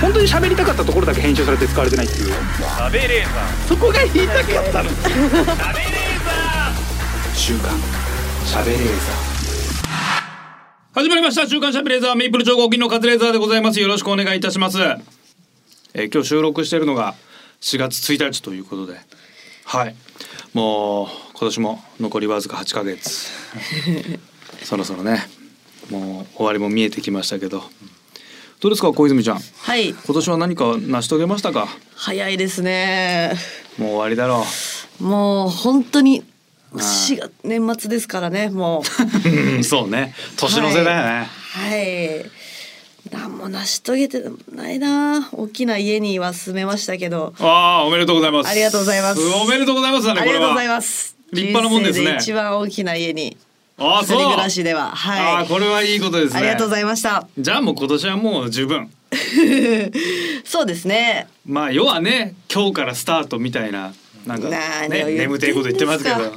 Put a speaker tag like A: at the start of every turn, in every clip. A: 本当に喋りたかったところだけ編集されて使われてないっていう
B: 食べレーザ
A: そこが言いたかったの
B: ー食べレーザ
A: 週刊喋れー
C: 始まりました週刊シャープレーザーメイプル超合金のカズレーザーでございますよろしくお願いいたします、えー今日収録しているのが4月1日ということではいもう今年も残りわずか8ヶ 月そろそろねもう終わりも見えてきましたけどどうですか小泉ちゃん
D: はい
C: 今年は何か成し遂げましたか
D: 早いですね
C: もう終わりだろ
D: もう本当に
C: い
D: 4月年末ですからねもう
C: ううんそうね年の瀬だよね、
D: はい何も成し遂げてないな大きな家には住めましたけど
C: ああおめでとうございます
D: ありがとうございます
C: おめでとうございますだね
D: あ
C: こ
D: り
C: れ
D: がとうござい
C: は
D: ます
C: 立派なもんですね
D: 人生一番大きな家に
C: ああ
D: 一
C: そう
D: 人暮らしでは
C: あ
D: は
C: あ
D: い
C: これはいいことですね
D: ありがとうございました
C: じゃあもう今年はもう十分
D: そうですね
C: まあ要はね今日からスタートみたいななんか
D: 何
C: ね
D: を言ってんですか
C: 眠ていこと言ってますけど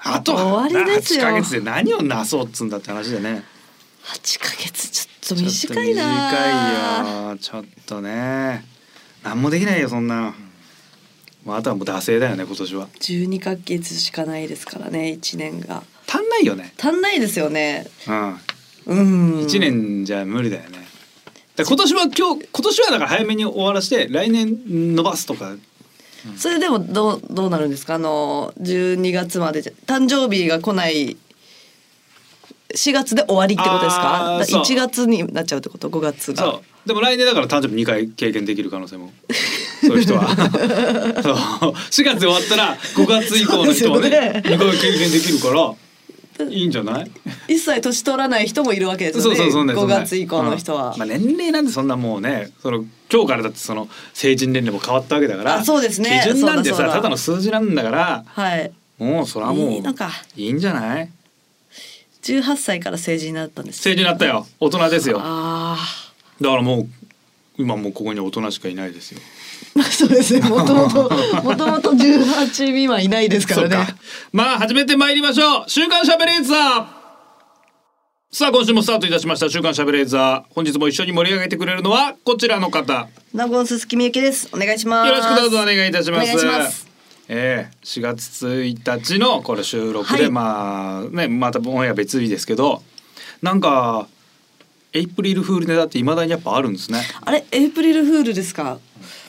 C: あと
D: 終わりですよ
C: 8ヶ月で何をなそうっつんだって話でね
D: 8ヶ月ちょっと
C: ちょっと
D: 短いな
C: 短いよちょっとね何もできないよそんなもうあとはもう惰性だよね今年は
D: 12ヶ月しかないですからね1年が
C: 足んないよね
D: 足んないですよね
C: うん
D: うん
C: 一年じゃ無理だよね。だから今年は今日今年はだから早めに終わらして来年伸ばすとか。
D: それでもどうどうなるんですかあの12月までじゃ誕生日が来ない4月で終わりってことです
C: あ
D: か
C: ー
D: だ
C: そう
D: 1月になっちゃうってこと5月が
C: そう。でも来年だから誕生日二回経験できる可能性も。 そういう人 は。そう。四月終わったら五月以降の人は
D: そう
C: ね
D: で
C: 二、回経験できるからいいんじゃない？
D: 一切年取らない人もいるわけです
C: そ
D: よ
C: う
D: ね
C: そうそうね。
D: 5月以降の人は、
C: うんまあ年齢なんてそんなもうね、その今日からだってその成人年齢も変わったわけだから。
D: あそうですね
C: 基準なんて
D: そう
C: さ
D: だそうだ
C: ただの数字なんだから。
D: はい
C: もうそれはもう
D: いいのか
C: いいんじゃない？
D: 18歳から成人になったんです
C: 成人になったよ大人ですよだか
D: あ
C: らもう今もうここに大人しかいないですよ
D: あ そうですねもと もともともと18未満いないですからね
C: まあ始めてまいりましょう週刊しゃべれーザーさあ今週もスタートいたしました週刊しゃべれーザー本日も一緒に盛り上げてくれるのはこちらの方
D: 名古屋鈴木みゆきですお願いします
C: よろしくどうぞお願いいたします。
D: お願いします
C: ええ4月1日のこれ収録で、
D: はい
C: まあねまたオンエア別日ですけどなんかエイプリルフールネタっていまだにやっぱあるんですね。
D: あれエイプリルフールですか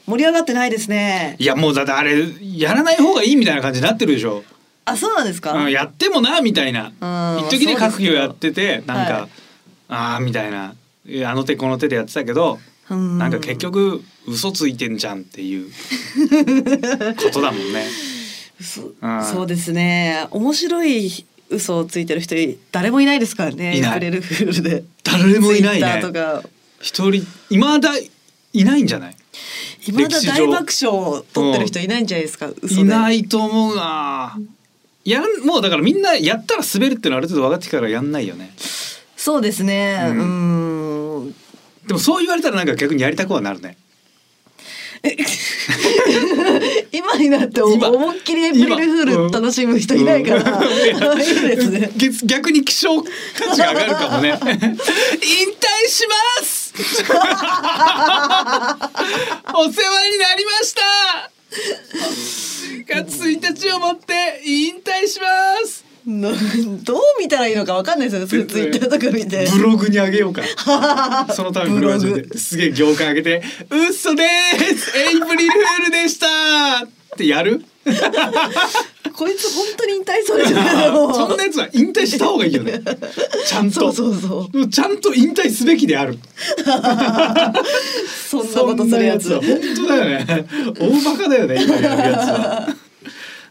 D: 盛り上がってないですね
C: いやもうだってあれやらない方がいいみたいな感じになってるでしょ。
D: あそうなんですか、
C: うん、やってもなみたいな
D: うん
C: 一時で各業やっててなんか、
D: はい
C: ああみたいないやあの手この手でやってたけど
D: うん
C: なんか結局嘘ついてんじゃんって いうことだもんね。
D: そ
C: うん
D: そうですね面白い嘘をついてる人い誰もいないですからね
C: いない
D: エイプリルフールで
C: 誰もいないね
D: Twitter とか
C: 一人いまだいないんじゃない
D: いまだ
C: 歴史
D: 大
C: 上
D: 爆笑を取ってる人いないんじゃないですか嘘で
C: いないと思うな。やんもうだからみんなやったら滑るってのはある程度分かってきたからやんないよね。
D: そうですね
C: う
D: うんん
C: でもそう言われたらなんか逆にやりたくはなるね。
D: 今になって思
C: 今
D: 思いっきりエイプリルフール楽しむ人いないか らい いですね
C: 逆逆に希少価値が上がるかもね引退します お世話になりました4月1日をもって引退します
D: などう見たらいいのかわかんないですよねそれツイッターとか見て
C: ブログにあげよう かそのためにブログにあげてすげえ業界あげて「嘘でーすエイプリルフールでした!」ってやる
D: こいつ本当に引退そうですよ ねもう
C: そんなやつは引退した方がいいよ ねちゃんと
D: そうそうそう
C: ちゃんと引退すべきである
D: そんなことするやつ
C: そんなやつは本当だよね大バカだよね今やるやつは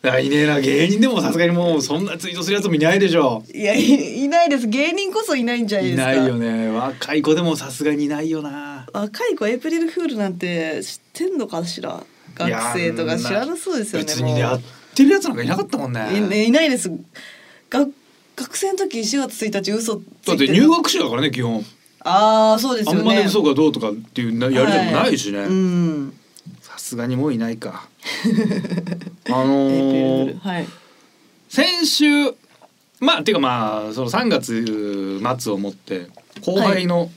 C: だからいねえな芸人でもさすがにもうそんなツイートするやつもいないでしょ
D: いやいいないです芸人こそいないんじゃない
C: い
D: ですか
C: ないよね若い子でもさすがにいないよな
D: 若い子エイプリルフールなんて知ってんのかしら学生とか知らなそうですよね
C: 別にね
D: も
C: や
D: う
C: ってるやつなんかいなかったもんね
D: いねいないですが学生の時4月1日嘘つ
C: だっ
D: い
C: て
D: て
C: 入学式だからね基本、
D: ああそうです
C: あ
D: よね
C: んまり嘘がどうとかっていうなやりでもないしね、
D: はうん
C: さすがにもういない かあの
D: エイプリルフー
C: ー
D: ル、はい
C: 先週まあていうかまあその3月末をもって後輩の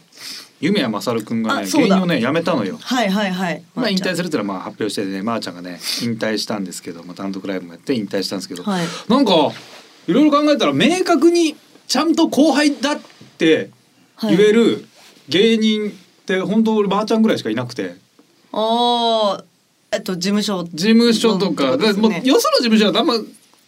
C: 夢谷勝くんがね
D: あそう
C: 芸
D: だ
C: 人をね辞めたのよ。
D: はいはいはい。
C: まあ、引退
D: す
C: するってのはまあ発表しててねまー、ちゃんがね引退したんですけど、まあ、単独ライブもやって引退したんですけど、
D: はい
C: なんかいろいろ考えたら明確にちゃんと後輩だって言える芸人って本当俺まー、ちゃんぐらいしかいなくて
D: ああ、えっと事務所。
C: 事務所とか,、
D: そうです
C: もう
D: ね
C: よその事務所はあんま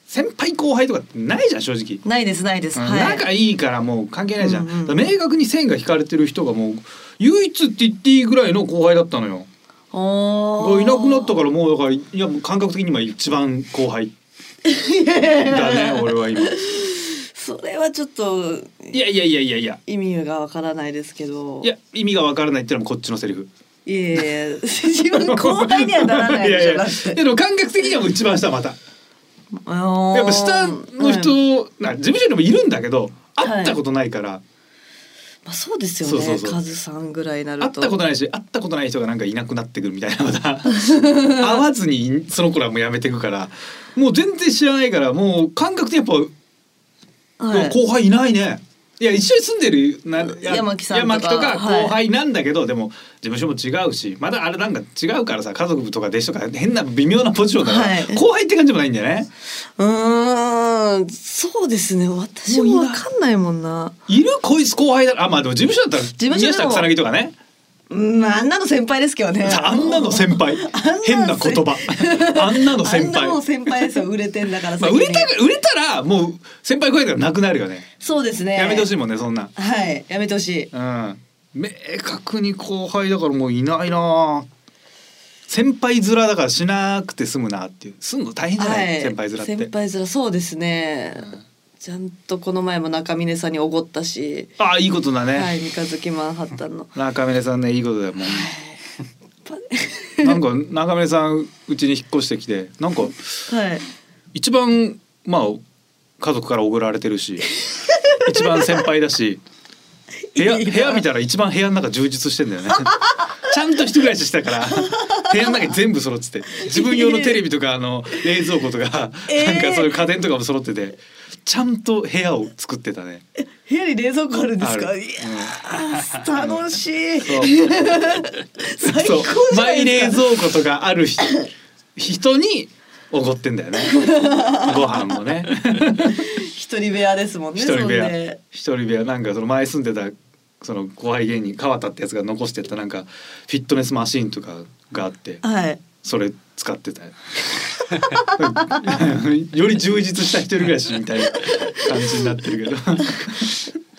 C: 先輩後輩とかってないじゃん正直。
D: ないですないです。はい。
C: 仲いいからもう関係ないじゃん、
D: うんうん
C: だから明確に線が引かれてる人がもう唯一って言っていいぐらいの後輩だったのよ
D: お
C: が
D: ー
C: いなくなったからもうだからいやもう感覚的に今一番後輩だね俺は今い
D: それはちょっと
C: やいやいやいやいや
D: 意味がわからないですけど。
C: いや意味がわからないってのもこっちのセリフ
D: いやいやいや自分後輩にはならない
C: い
D: で
C: や
D: し
C: い
D: ょ
C: や
D: だっ
C: いや
D: て。
C: でも感覚的にはもう一番下またや
D: や
C: っぱ下の人、な事務所にもいるんだけど会ったことないから、
D: まあそうです
C: そ
D: よ
C: うそう
D: ね。
C: そう
D: カズさんぐらいにな
C: 会
D: る
C: っ
D: と。
C: たことないし会ったことない人がなんかいなくなってくるみたいなま た会わずにその頃はもうやめてくからもう全然知らないからもう感覚でやっぱ、
D: はい
C: 後輩いないねいや一緒に住んでるな
D: 山木さんとか
C: 山木とか
D: はい
C: 後輩なんだけど、でも事務所も違うしまだあれなんか違うからさ家族とか弟子とか変な微妙なポジションだから、
D: はい
C: 後輩って感じもないんだよね
D: うーん、そうですね。私もわかんないもんな。
C: いるこいつ後輩だあまあでも事務所だった
D: 事
C: ら
D: 務所でも
C: 宮下草薙とかね
D: うん、あんなの先輩ですけどね。
C: あんなの先輩
D: あ
C: 変
D: んなの
C: な言葉あんなの先
D: あん
C: 輩
D: なもん先輩ですよ。売れてんだから。
C: まあ、
D: 先
C: 売
D: に
C: れた売れたらもう先輩超えたらなくなるよね、
D: そうですね。
C: やめてほしい
D: い。
C: もんねそんな
D: はい、やめてほしい。
C: うん明確に後輩だからもういないな先輩面だからしなくて済むなっていうすんの大変じゃない、
D: はい、
C: 先輩面って
D: 先輩面そうですね、ちゃんとこの前も中峰さんにおごったし、
C: ああいいことだね、
D: はい三日月マンハッタ ンの
C: 中村さんねいいことだよも
D: ぱ
C: うなんか中村さんうちに引っ越してきてなんか
D: はい
C: 一番まあ家族からおごられてるし 一番先輩だし部屋
D: いいな
C: 部屋見たら一番部屋の中充実してんだ よねちゃんと一人暮らししてたから部屋の中に全部揃ってて自分用のテレビとかあの冷蔵庫とか、
D: えー
C: なんかそういう家電とかも揃っててちゃんと部屋を作ってたね。
D: 部屋に冷蔵庫あるんですか
C: ある
D: いやー楽しい
C: そう
D: 最
C: そう
D: 高じ
C: マ
D: ゃな
C: イ
D: い
C: 冷
D: ですか
C: 蔵庫とかある人人におごってんだ よねご飯もね。
D: 一人部屋ですもんね
C: 一人部
D: それ
C: 屋
D: で
C: 一人部屋なんかその前住んでたその後輩芸人川田ってやつが残してたなんかフィットネスマシーンとかがあって
D: はい
C: それ使ってた より充実した一人暮らしみたいな感じになってるけど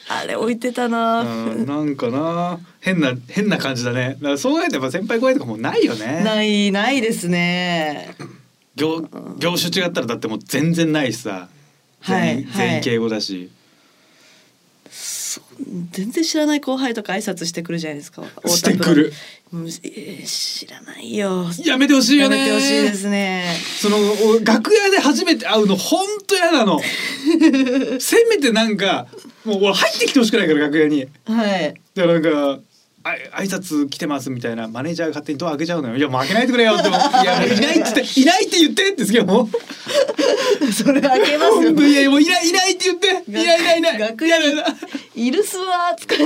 D: あれ置いてたな、
C: うんなんかな変な変な感じだねだからそう考えてやっぱ先輩後輩とかもうないよね
D: ないないですね
C: 業業種違ったらだってもう全然ないしさ全員,、
D: はい
C: 全
D: は
C: 員
D: い
C: 敬語だし
D: 全然知らない後輩とか挨拶してくるじゃないですか
C: してくる
D: うんえー知らないよ
C: やめてほしいよ
D: や
C: ね
D: めてほしいですね
C: そのお楽屋で初めて会うの本当嫌なのせめてなんかもう俺入ってきてほしくないから楽屋に
D: はい
C: だからなんかあ挨拶来てますみたいなマネージャーが勝手にドア開けちゃうのよいやもう開けないでくれよって思ういやもういないっつっていないって言ってってすげえもう
D: それ開けます
C: 本
D: よ
C: 当。いやもういないいないって言っていないいないいない
D: 楽屋
C: いやだ
D: いるすわーつか
C: い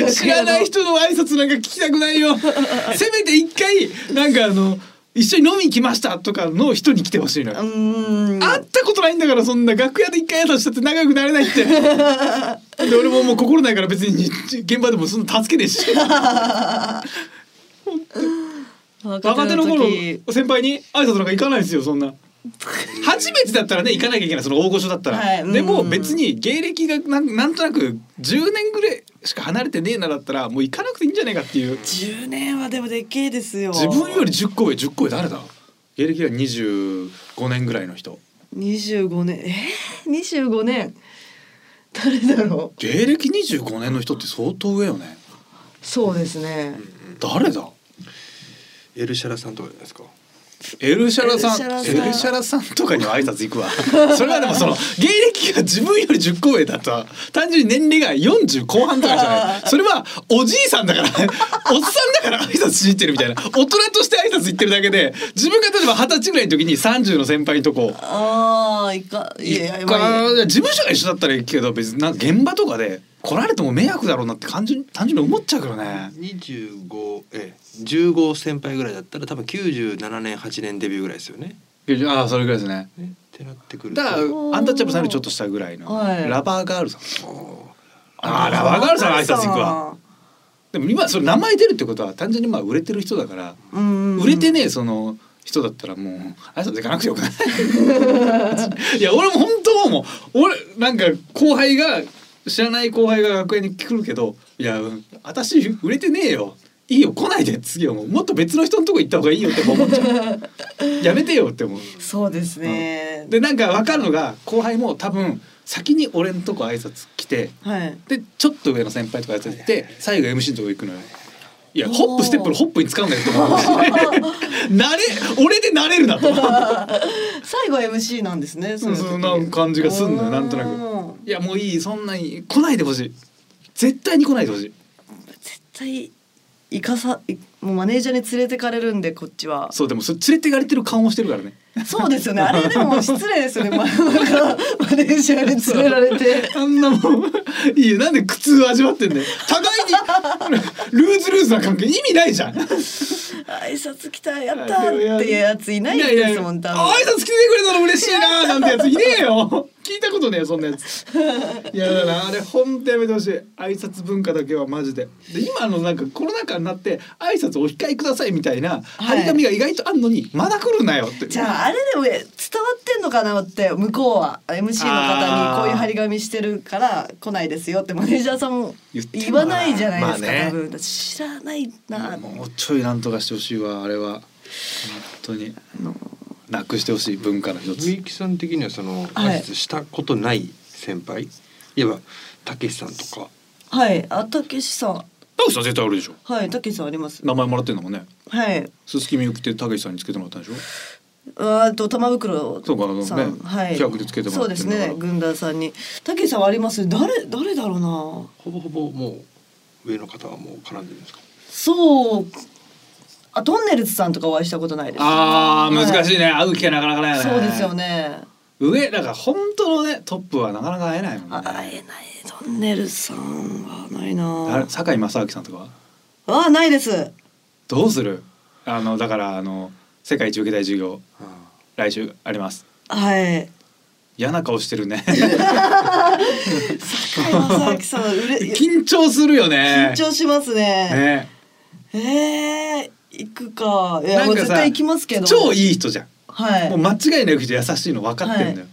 C: や知らない人の挨拶なんか聞きたくないよせめて一回なんかあの一緒に飲みに来ましたとかの人に来てほしいのよ
D: うーん。
C: 会ったことないんだからそんな楽屋で一回挨拶したって仲良くなれないって で俺ももう心ないから別に現場でもそんな助けねえし若手の頃
D: 時
C: 先輩に挨拶なんか行かないですよそんな初めてだったらね行かなきゃいけないその大御所だったら、
D: はいうん
C: でも別に芸歴がなんなんとなく10年ぐらいしか離れてねえなだったらもう行かなくていいんじゃないかっていう
D: 10年はでもでっけえですよ。
C: 自分より10個上10個上誰だ芸歴が25年ぐらいの人
D: 25年えー、25年誰だろう。
C: 芸歴25年の人って相当上よね
D: そうですね。
C: 誰だ
E: エルシャラさんとかじゃないですか。
C: エルシャラさん
D: エルシャラさ
C: エ
D: ん
C: ルシャラさんとかには挨拶行くわ それはでもその芸歴が自分より10個上だと単純に年齢が40後半とかじ ゃないそれはおじいさんだから おっさんだから挨拶しに行ってるみたいな大人として挨拶行ってるだけで自分が例えば二十歳ぐらいの時に30の先輩のとこ
D: ああいかいやいや
C: 一
D: まあいいや
C: 回事務所が一緒だったら行くけど別になんか現場とかで来られても迷惑だろうなって単純単純に思っちゃうけどね
E: 25ええ15先輩ぐらいだったら多分97年8年デビューぐらいですよね。
C: ああそれぐらいですね
E: ねってなってくると
C: だからアンタッチャブルさんよりちょっと下ぐらいの、
D: はい
C: ラバーガールさん
E: あー
C: ああラバーガールさんの挨拶行くわでも今それ名前出るってことは単純にまあ売れてる人だから、
D: うん
C: 売れてねえその人だったらもう挨拶行かなくてよくないい や俺も本当思う俺なんか後輩が知らない後輩が学園に来るけど「いやうん私売れてねえよいいよ来ないで次はもうもっと別の人のとこ行った方がいいよ」って思っちゃうやめてよって思う。
D: そうですね、
C: でなんか分かるのが後輩も多分先に俺のとこ挨拶来て
D: はい
C: でちょっと上の先輩とかやってて最後 MC のとこ行くのよ。いやホップステップのホップに使うんだよと思うし慣れ俺で慣れるなと思う
D: 最後 MC なんですね
C: そ
D: い
C: んな感じがすんのよなんとな
D: お
C: くいやもういいそんなに来ないでほしい絶対に来ないでほしい
D: 絶対いかさいもうマネージャーに連れてかれるんでこっちは
C: そうでもそれ連れてかれてる顔をしてるからね
D: そうですよねあれでも失礼ですよねまなんかマネージャーに連れられて
C: あんなもんいいよなんで苦痛味わってんだよ互いにルーズルーズな関係意味ないじゃん
D: 挨拶来たやったーっていうやついないですもん多分
C: いやいや挨拶来てくれたら嬉しいなーなんてやついねえよ 聞いたことねえよそんなやついやだからあれほんとやめてほしい挨拶文化だけはマジでで今のなんかコロナ禍になって挨拶お控えくださいみたいな張り紙が意外とあんのにまだ来るなよって
D: じゃああれでも伝わってんのかなって向こうは MC の方にこういう張り紙してるから来ないですよってマネージャーさんも
C: 言ってん
D: 言
C: のか
D: わ
C: な
D: ないじゃないですか、
C: まあね
D: 多分知らないな
C: もうちょいなんとかしてほしいわあれは本当になくしてほしい文化の一
E: み
C: つ
E: ゆきさん的にはその
D: はい
E: 挨拶したことない先輩、いわばたけしさんとか
D: はいあたけしさん
C: たけしさん絶対あるでしょ
D: はいたけしさんあります
C: 名前もらってんだもんね
D: はい
C: 鈴木みゆきってたけしさんにつけてもらったんでしょ
D: あと玉袋
C: そうか
D: さ
C: ね
D: ん、はい
C: 企画でつけてもらって
D: そ
C: る
D: う
C: だ
D: んで
C: から
D: すね軍団さんにたけしさんはあります誰誰だろうな
E: ほぼほぼもう上の方はもう絡んでるんですか
D: そうあトンネルズさんとかお会いしたことないです
C: あー
D: はい
C: 難しいね、会う機会なかなかないね
D: そうですよね
C: 上だから本当のねトップはなかなか会えないもんね
D: あ会えないトンネルズさんはな
C: あ
D: い
C: れ
D: な
C: 堺正明さんとかは
D: ああないです
C: どうするあのだからあの世界一受けたい授業
E: あ
C: 来週あります
D: はい
C: 嫌な顔してる ね
D: はい正 明さんうれ緊
C: 緊張するよね
D: 張しますね
C: ね
D: えー、行くかいやもう絶対行きますけど
C: 超
D: い
C: いい人じゃん
D: はい
C: もう間違いなく人優しいの分かってるんだよ、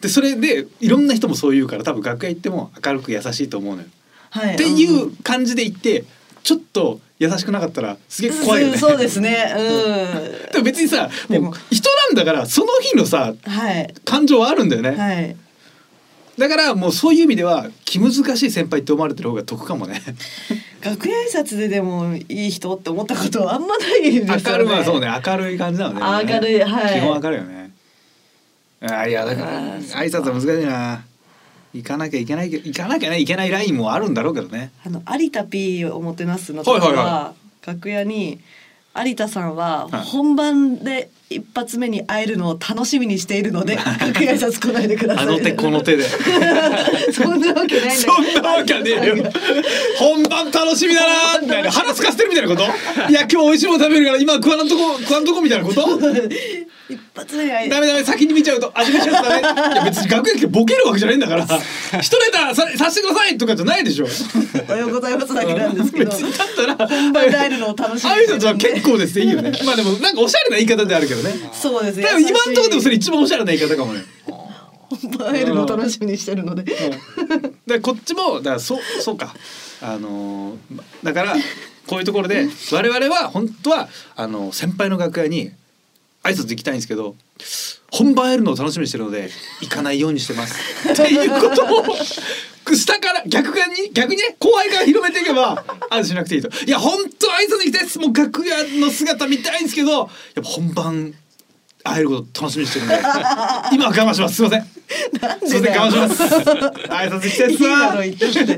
C: でそれでいろんな人もそう言うから多分楽屋行っても明るく優しいと思うのよ
D: はい
C: ってい
D: ん
C: う感じで行ってちょっと優しくなかったらすげえ怖いよね
D: そうそうですねうん
C: でも別にさ
D: で
C: も
D: も
C: う人なんだからその日のさ
D: はい。
C: 感情はあるんだよね、
D: はい。
C: だからもうそういう意味では気難しい先輩って思われてる方が得かもね
D: 楽屋挨拶ででもいい人って思ったことはあんまない ですよね。
C: 明るいまあそうね。明るい感じなのね
D: 明るいはい
C: 基本明るいよねあいやだから
D: あー
C: 挨拶は難しいな行かなきゃいけないけど行かなきゃねいけないラインもあるんだろうけどね
D: あの有田 P をもてなすの時は,、
C: はいはいは
D: 楽屋に有田さんは
C: はい
D: 本番で一発目に会えるのを楽しみにしているので楽屋挨拶来ないでくださ
C: あ
D: い。
C: の手この。手で
D: そんなわけないんだけど
C: そんなわけねえよ本番楽しみだなみたいな腹すかせてるみたいなこといや今日美味しいもの食べるから今食わんとこ食わんとこみたいなこと
D: 一発目に会え
C: ダメダメ先に見ちゃうと味見ちゃうとダメいや別に学園来てボケるわけじゃないんだから「一ネタささせてください」とかじゃないでしょ
D: おはようございますだけなんですけど。
C: 別にだったら
D: 本番で会えるのを楽しみにして
C: 挨
D: るん
C: 拶
D: で
C: は結構ですっていいよねまあでもなんかおしゃれな言い方であるけどね
D: そうですね。
C: 多分今んとこでもそ
D: れ
C: れ一番おしゃれな言い方かもね
D: 本番会えるのを楽しみにしてるので。
C: だからこっちもだからそうそうかあのーまだからこういうところで我々は本当はあの先輩の楽屋に挨拶行きたいんですけど本番会えるのを楽しみにしてるので行かないようにしてますっていうことを下から逆側に逆にね後輩から広めていけば安心しなくていいといや本当挨拶行きたいですもう楽屋の姿見たいんですけどやっぱ本番会えること楽しみにしてるんで今は我慢しますすいません
D: なん
C: すいませ
D: でだ
C: ん
D: よ
C: 我慢します挨拶して
D: いい
C: さ
D: だろ
C: っ
D: 言ってきて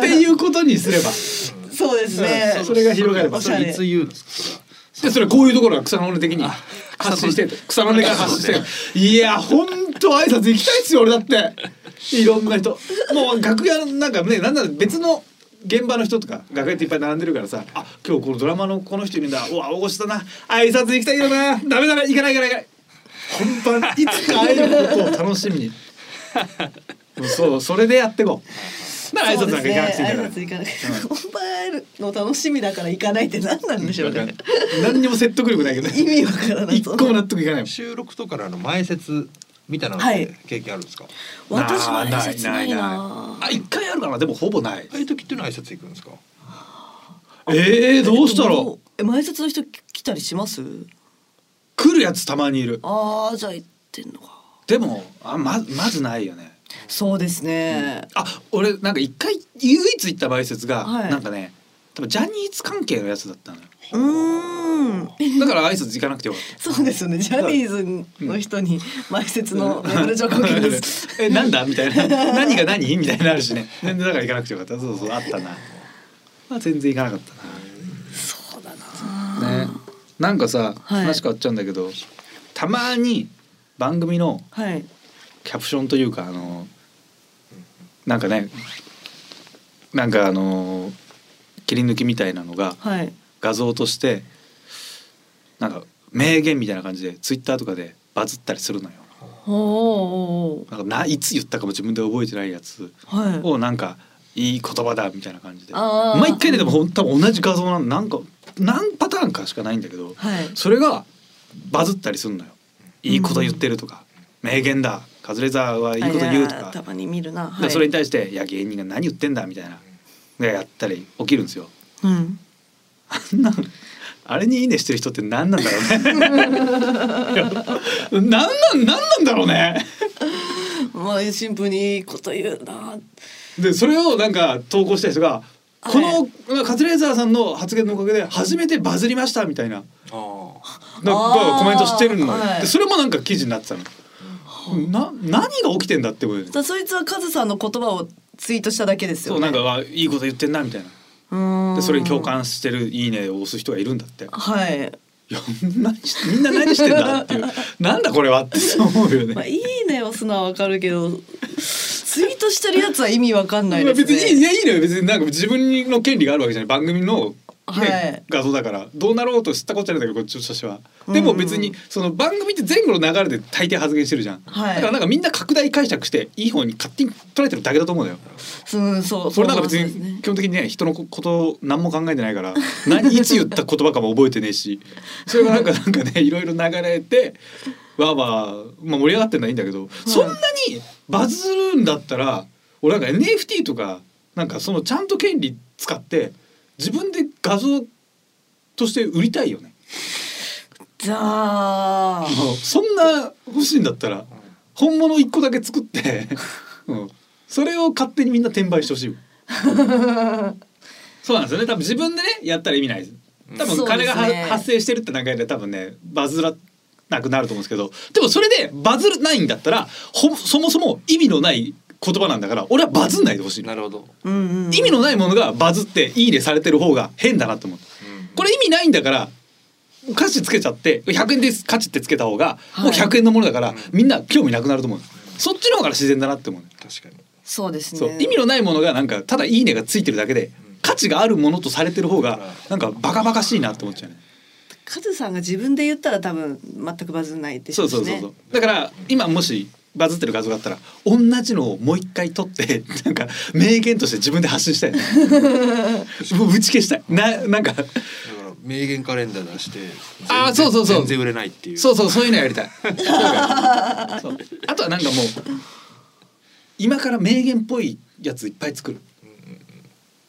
C: ていうことにすれば
D: そうですね
C: そ。れが広がれば
D: おし
E: そ
D: ゃ
E: れ
D: れ
E: いつ言うんですかそれ
C: で
E: は
C: それこういうところが草の根的に 発信してる草の根から発信してるいやほんと挨拶行きたいっすよ俺だっていろんな人もう楽屋なんかねなんなら別の現場の人とか楽屋っていっぱい並んでるからさあ今日このドラマのこの人いるんだうわ大御所だな挨拶行きたいよなダメダメ行かない行かない行かない本番いつか会えることを楽しみに もうそうそれでやってこうだから挨拶なんか行かなくていいんだから
D: そうですね挨拶行かない。本番会えるの楽しみだから行かないって何なんでしょう
C: なん
D: ね
C: か。何にも説得力ないけどね
D: 意味わからない
C: 一個も納得いかないもん
E: 収録とかのあの前説みたいなのっ
D: はい
E: て経験あるんですか、
D: 私も挨
C: な
D: 拶ないな。
C: あ一回あるかなでもほぼない
E: ああいう時っていうのは挨拶行くんですか
C: えー、どうしたろう
D: え前説の人来たりします？
C: 来るやつたまにいる
D: ああじゃあ行ってんのか。
C: でもあままずないよね
D: そうですね。
C: あ俺なんか一回唯一行った埋設が、
D: はい
C: なんかね多分ジャニーズ関係のやつだったのよ
D: うーん。
C: だから挨拶行かなくてよかっ
D: そうですよね。ジャニーズの人に前説のメブルジョコ
C: た
D: キです。
C: えなんだみたいな何が何みたいになるし ね全然だから行かなくてよかったそうそうあったな、まあ、全然行かなかった
D: そうだな。
C: なねなんかさ、
D: はい
C: 話変わっちゃうんだけどたまに番組の
D: はい。
C: キャプションというかあのなんかねなんかあの切り抜きみたいなのが
D: はい。
C: 画像としてなんか名言みたいな感じでツイッターとかでバズったりするのよ。
D: おーおーお
C: なんかないつ言ったかも自分で覚えてないやつ
D: ー。はい。
C: をなんかいい言葉だみたいな感じで
D: あー
C: 毎回ねでもほん多分同じ画像なんなんか何パターンかしかないんだけど
D: はい。
C: それがバズったりするのよ。いいこと言ってるとか名言だカズレーザーはいいこと言うと
D: あいや
C: か
D: ーたまに見るな。
C: でそれに対して「いや芸人が何言ってんだ」みたいなでやったり起きるんですよ。
D: うん。
C: あんなあれにいいねしてる人って何なんだろ うね。何なん何なんだろうね。
D: まあシンプルにいいこと言うな。
C: でそれをなんか投稿した人がこのカズレーザーさんの発言のおかげで初めてバズりましたみたいなな
E: あ
C: がコメントしてるのよ。
D: はい
C: でそれもなんか記事になってたの。な何が起きてんだってことで、
D: だそいつはカズさんの言葉をツイートしただけですよ
C: そう
D: ね。
C: なんかわいいこと言ってんなみたいな。
D: うーん
C: でそれに共。感してるいいねを押す人がいるんだって。
D: はい。
C: いや何しみんな何してんだって いうなんだこれはって思うよね。
D: まあいいね押すのはわかるけど、ツイートしてるやつは意味わかんない
C: まあ
D: ですね。
C: 別にいいいやいいのよ別になんか自分の権利があるわけじゃない番組の、ね
D: はい
C: 画像だからどうなろうと知ったこっちゃないんだけどこっちとしては
D: うん
C: でも別にその番組って前後の流れで大抵発言してるじゃん、
D: はい
C: だからなんかみんな拡大解釈していい方に勝手に捉えてるだけだと思うのよ
D: うんそう。
C: それなんか別
D: そうです
C: に
D: ね
C: 基本的にね人のこと何も考えてないから 何いつ言った言葉かも覚えてねえ しそれがなんかなんかねいろいろ流れてわーわー、まあ、盛り上がってんのはいいんだけどそんなにバズるんだったら俺なんか NFT とかなんかそのちゃんと権利使って自分で画像として売りたいよね。
D: じゃあ。
C: もうそんな欲しいんだったら本物一個だけ作 って、うん、それを勝手にみんな転売してほしいもん そうなんですよね多分自分でねやったら意味ないです多分金がは、
D: そうですね
C: 発生してるって段階で多分ねバズらなくなると思うんですけどでもそれでバズらないんだったらほそもそも意味のない言葉なんだから俺はバズんないでほしい
E: あ
C: の
E: なるほど、
D: うんうん。
C: 意味のないものがバズって「いいね」されてる方が変だなと思うこれ意味ないんだから価値つけちゃって100円です価値ってつけた方が
D: はい
C: もう100円のものだから、
E: ん
C: みんな興味なくなると思うそっちの方が自然だなって思う,、
E: 確かに
D: そうですね。
C: そう意味のないものがなんかただ「いいね」がついてるだけで価値があるものとされてる方がなんかバカバカしいなって思っちゃうね。
D: カズさんが自分で言ったら多分全くバズんないでし
C: そ
D: ょ
C: う
D: うしね。
C: そうそうそうだから今もしバズってる画像があったら同じのをもう一回撮ってなんか名言として自分で発信したいねもう打ち消したいななんか
E: だから名言カレンダー出して
C: あー
E: 全然
C: そうそうそう
E: 全然売れないっていう
C: そうそうそういうのや りたい。そうあとはなんかもう今から名言っぽいやついっぱい作る。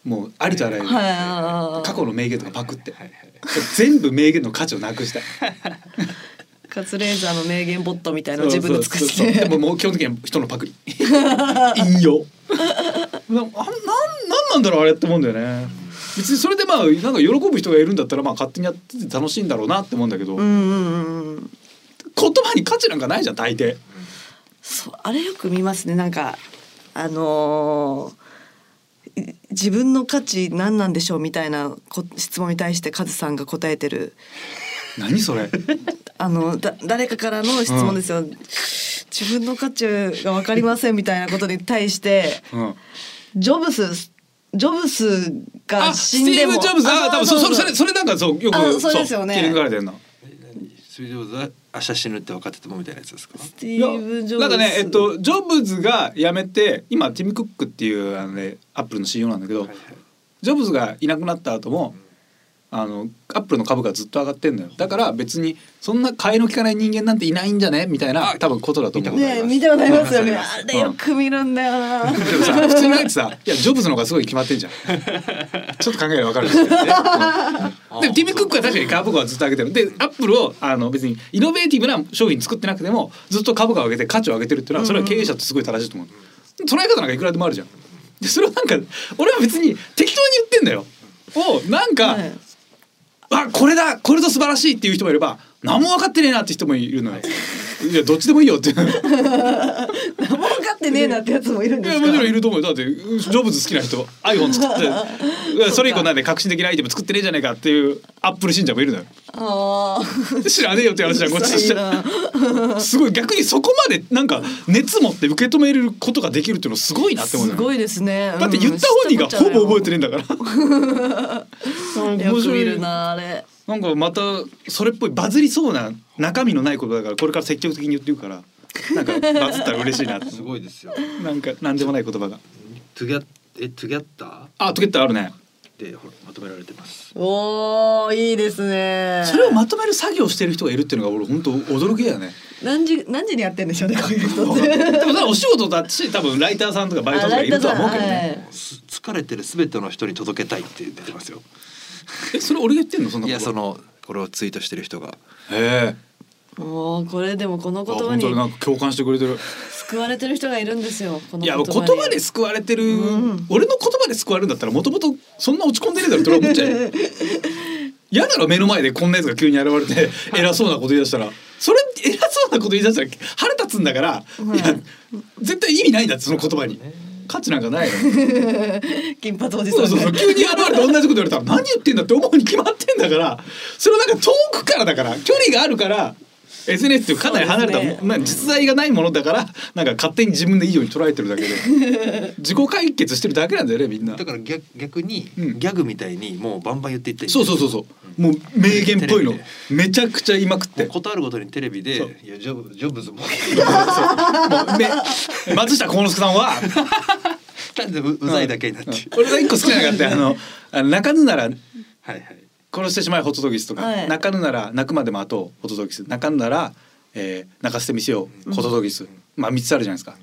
C: もうありとあらゆる
D: はいあー。
C: 過去の名言とかパクって
E: はいはい
C: 全部名言の価値をな くしたい。
D: カツレーザーの名言ボットみたいなの自分で作って。
C: そうそうそうでももう基本的には人のパ クリ。引用。なあなんなんなんだろうあれって思うんだよね。別にそれでまあなんか喜ぶ人がいるんだったらまあ勝手にやってて楽しいんだろうなって思うんだけど、
D: うんうんうんうん。
C: 言葉に価値なんかないじゃん大抵。
D: そうあれよく見ますねなんかあのーい自分の価値何なんでしょうみたいなこ質問に対してカズさんが答えてる
C: 何それ。
D: あのだ誰かからの質問ですよ、自分の価値が分かりませんみたいなことに対して、
C: うん
D: ジョブスジョブスが
C: あ
D: 死
C: ス
D: ん
C: ティ
D: で
C: ー
D: も
C: ブ・ジョブズあ多分そそれそれ
D: れ
C: それなんかそうよ
D: あ
C: く
D: そうですよね
C: 切り抜かれてるの
E: スピードウォーズは明日死ぬって分かっててもみたいなやつですか
D: スティーブ・ジョブズ
C: なんかねえっとジョブズが辞めて今ティム・クックっていうあの、ね、アップルの CEO なんだけど、
E: はいはい
C: ジョブズがいなくなった後もあのアップルの株価ずっと上がってんのよだから別にそんな替えの利かない人間なんていないんじゃねみたいな多分ことだと思う
D: ね見たことありますよね
E: うん
D: あれよく見るんだよ
C: で
D: な
C: もさ普通に考えてさ「いやジョブズの方がすごい決まってんじゃん」ちょっと考えが分かるんですけ どね。うんでもティム・クックは確かに株価はずっと上げてるでアップルをあの別にイノベーティブな商品作ってなくてもずっと株価を上げて価値を上げてるっていうのはそれは経営者とすごい正しいと思う、捉え方なんかいくらでもあるじゃん。でそれをなんか俺は別に適当に言ってんだよ。をなんか、
D: はい
C: あこれだこれぞ素晴らしいっていう人もいれば何も分かってねえなって人もいるのよ。いやどっちでもいいよって。
D: 何も分かってねえなってやつもいるん
C: い
D: で
C: や
D: す
C: も
D: か
C: ちろんいると思うよだってジョブズ好きな人 iPhone 作っ ていやそれ以降なんで革新的なアイテム作ってねえじゃねえかっていうアップル信者もいる のよ
D: あ
C: 知らねえよって話じゃんこっちとして
D: うる
C: はすごい逆にそこまでなんか熱持って受け止めることができるっていうのすごいな
D: あ
C: って思う
D: す
C: のよ
D: ごいですね
C: だって言った本人がほぼ覚えてねえんだから
D: よ
C: 面
D: く
C: 白
D: 見
C: い
D: るなあれ
C: なんかまたそれっぽいバズりそうな中身のないことだからこれから積極的に言ってるからなんかバズったら嬉しいなって
E: すごいですよ
C: なんかなんでもない言葉が
E: トゥギャえトゥギャッター
C: あトゲッターあるね
E: でほらまとめられてます
D: おーいいですね
C: それをまとめる作業してる人がいるっていうのが俺本当驚きだよ ね。
D: 何時何時にやってんでしょうねこういう人 っ
C: で
D: て
C: もさお仕事だし多分ライターさんとかバイトさんとかいるとは思うけど
D: あライターさんは
C: ね。
D: い
E: す疲れてるすべての人に届けたいって出てますよ
C: えそれ俺が言ってんのそんないこと。
E: やそのこれをツイートしてる人が
C: へえ。
D: もうこれでもこの
C: あ
D: 言葉
C: 本当になん
D: に
C: か共感してくれてる。
D: 救われてる人がいるんですよこの
C: い
D: 言
C: や
D: 葉
C: もう
D: に
C: 言葉で救われてる、
D: うん
C: 俺の言葉で救われるんだったらもともとそんな落ち込んでねえだろって俺は思っちゃ うよ。嫌だろ目の前でこんなやつが急に現れて偉そうなこと言い出したらそれ偉そうなこと言い出したら腹立つんだから、
D: はい
C: いや絶対意味ないんだってその言葉に価値なんかないよ。
D: 金髪おじさん
C: そう
D: ね
C: そうそう急に現れて同じこと言われたら何言ってんだって思うに決まってんだからそれはなんか遠くからだから距離があるから SNS っていうかなり離れた、
D: そうですね
C: まあ実在がないものだからなんか勝手に自分でいいように捉えてるだけで 自己解決してるだけなんだよねみんな
E: だ。から逆逆に、
C: うん
E: ギャグみたいにもうバンバン言っていって
C: そうそうそうそうもう名言っぽいの
E: テレビで
C: めちゃくちゃ言いまくって
E: もうことあるごとにテレビで
C: そう
E: 「いやジョブジョブズも
C: もうめ 松下幸之助さんは
E: なんでううざいだけになって」
C: 俺が一個好きなのがあってあのあの泣かぬなら
E: はいはい
C: 殺してしまえホトトギスとか、
D: はい
C: 泣かぬなら泣くまで待とうホトトギス泣かぬなら、えー泣かせてみせようホトトギス、まあ3つあるじゃないですか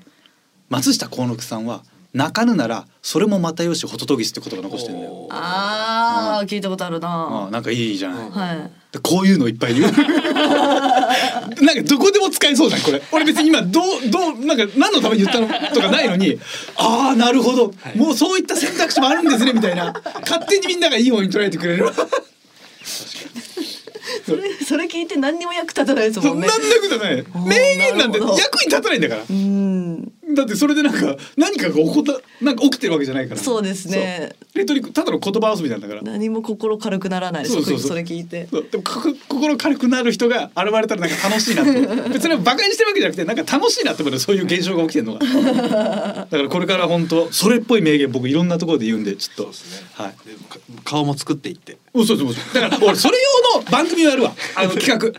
C: 松下幸之助さんは泣かぬならそれもまたよしホトトギスって言葉残してんだよ
E: おー
D: あー聞いたことある
C: ああ
D: な
C: なんかいいじゃない、
D: はい
C: でこういうのいっぱい言う なんかどこでも使えそうじゃんこれ俺別に今どうどうなんか何のために言ったのとかないのにああなるほど、もうそういった選択肢もあるんですねみたいな勝手にみんながいい方に捉えてくれる
D: それそれ聞いて何にも役立たないです
C: そ
D: も
C: うん
D: ね
C: なんの役立たない名言なんて
D: な
C: 役
D: るほど
C: に立たないんだから
D: うん
C: だってそれでなんか何かが起こったなんか起きてるわけじゃないから
D: そうですね
C: そうレトリックただの言葉遊びなんだから
D: 何も心軽くならないです
C: そうそうそう
D: それ聞いて
C: そうでもここ心軽くなる人が現れたらなんか楽しいなって 思う別にバカにしてるわけじゃなくてなんか楽しいなって思うそういう現象が起きてる のがだからこれから本当それっぽい名言僕いろんなところで言うんでちょっと
E: そうですね
C: はい
E: でか顔も作っていって
C: そうそうそうだから俺それ用の番組をやるわあの企
E: ういう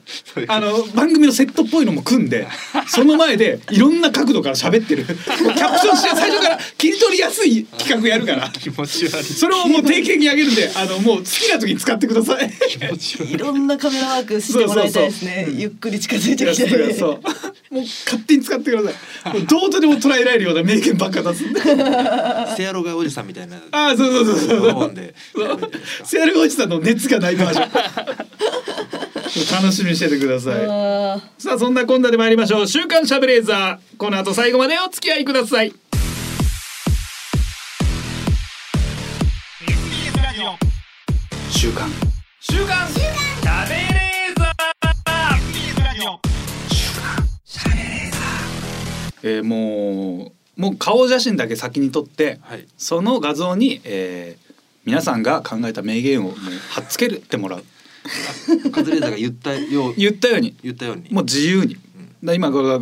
C: 画あの番組のセットっぽいのも組んでその前でいろんな角度から喋ってるキャプションして最初から切り取りやすい企画やるから
E: 気持ち悪い
C: それをもう定期的にあげるんであのもう好きな時に使ってください。
E: 気持ち悪
D: いろんなカメラワークしてもらいたいですね
C: そうそうそううん
D: ゆっくり近づいてき
C: そう
D: て
C: そう もう勝手に使ってくださいもうどうとでも捉えられるような名言ばっか出すんで
E: いセアロがおじさんみたいな
C: ああそうそうそう
E: ド
C: そ
E: ロー
C: う
E: ンで
C: セアルゴチさんの熱がないバージョン 楽しみにしててください
D: あー
C: さあそんなこんなで参りましょう週刊シャブレーザーこの後最後までお付き合いください
F: TBS ラジオ
G: 週刊
F: 週刊しゃべれーザー TBS ラジオ
C: えーもうもう顔写真だけ先に撮って、
E: はい
C: その画像に、えー皆さんが考えた名言をもう貼っつけてもらう
E: カズレーザーが言ったよう
C: 言ったように
E: 言ったように
C: もう自由に、だから今これが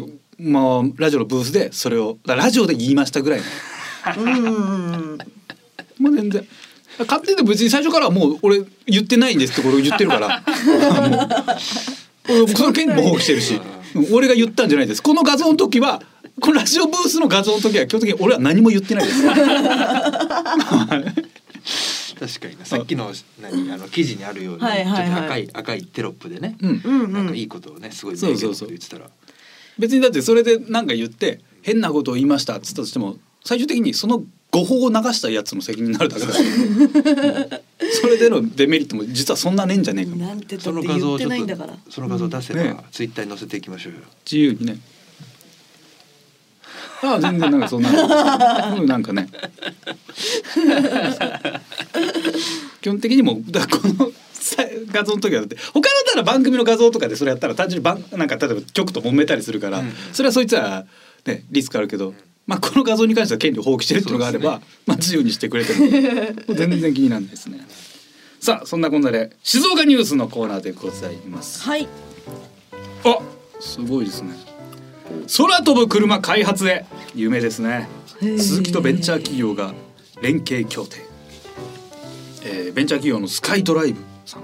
C: もうラジオのブースでそれをだラジオで言いましたぐらいの
D: うんうんうん
C: まあ全然勝手で別に最初からはもう俺言ってないんですってこれ言ってるからもう俺その権利も放棄してるし俺が言ったんじゃないですこの画像の時はこのラジオブースの画像の時は基本的に俺は何も言ってないです
E: 確かになさっきの何あの記事にあるように、
D: はいはいはい
E: ちょっと赤い赤いテロップでね、
C: うん
D: うんうん
E: なんかいいことをねすごい名言のこと言ってたら
C: 別にだってそれで何か言って変なことを言いましたっつったとしても最終的にその誤報を流したやつの責任になるだけだからもうそれでのデメリットも実はそんなねえんじゃねえか
D: なんてだ
E: そ
D: っ
E: の
D: て
E: 画像
D: 言って
E: をちょ
D: ないんだ
E: っ
D: から
E: とその画像を出せば、
C: ね
E: ツイッターに載せていきましょうよ
C: 自由にねああ全然なんかそんなうんなんかね基本的にもうだからこのさ画像の時はだって他のただ番組の画像とかでそれやったら単純に番なんか例えば局と揉めたりするから、
E: ん
C: それはそいつはねリスクあるけど、まあこの画像に関しては権利を放棄してるっていうのがあれば、
E: そう
C: まあ自由にしてくれてももう全然気にならないですね。さあそんなこんなで静岡ニュースのコーナーでございます。
D: はい
C: あすごいですね空飛ぶ車開発へ有名ですね
D: へえ
C: 鈴木とベンチャー企業が連携協定、えーベンチャー企業のスカイドライブさん、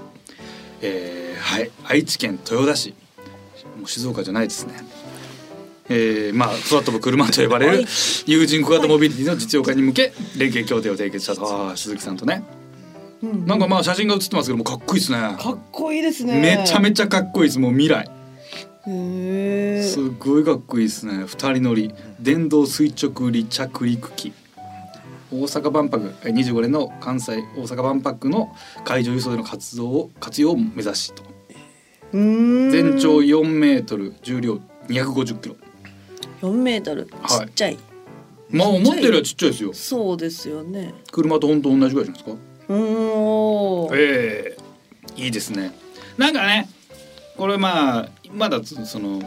C: えーはい愛知県豊田市もう静岡じゃないですねえーまあ空飛ぶ車と呼ばれ
D: は
C: る
D: い
C: 有人小型モビリティの実用化に向け連携協定を締結したとあー鈴木さんとね
D: うん
C: なんかまあ写真が写ってますけどもかっこいいですね
D: かっこいいですね
C: めちゃめちゃかっこいいですもう未来
D: へえ
C: すごいかっこいいですね二人乗り電動垂直離着陸機大阪万博えー25年の関西大阪万博の海上輸送での活動を活用を目指しと全
D: 全
C: 長4メートル重量250キロ
D: 四メートルち
C: はい
D: っちゃい、
C: まあ思ったよりはちっちゃいですよ
D: そうですよね
C: 車と本当同じぐらいじゃないですか
D: うーんおー
C: ええいいですねなんかねこれまあまだそその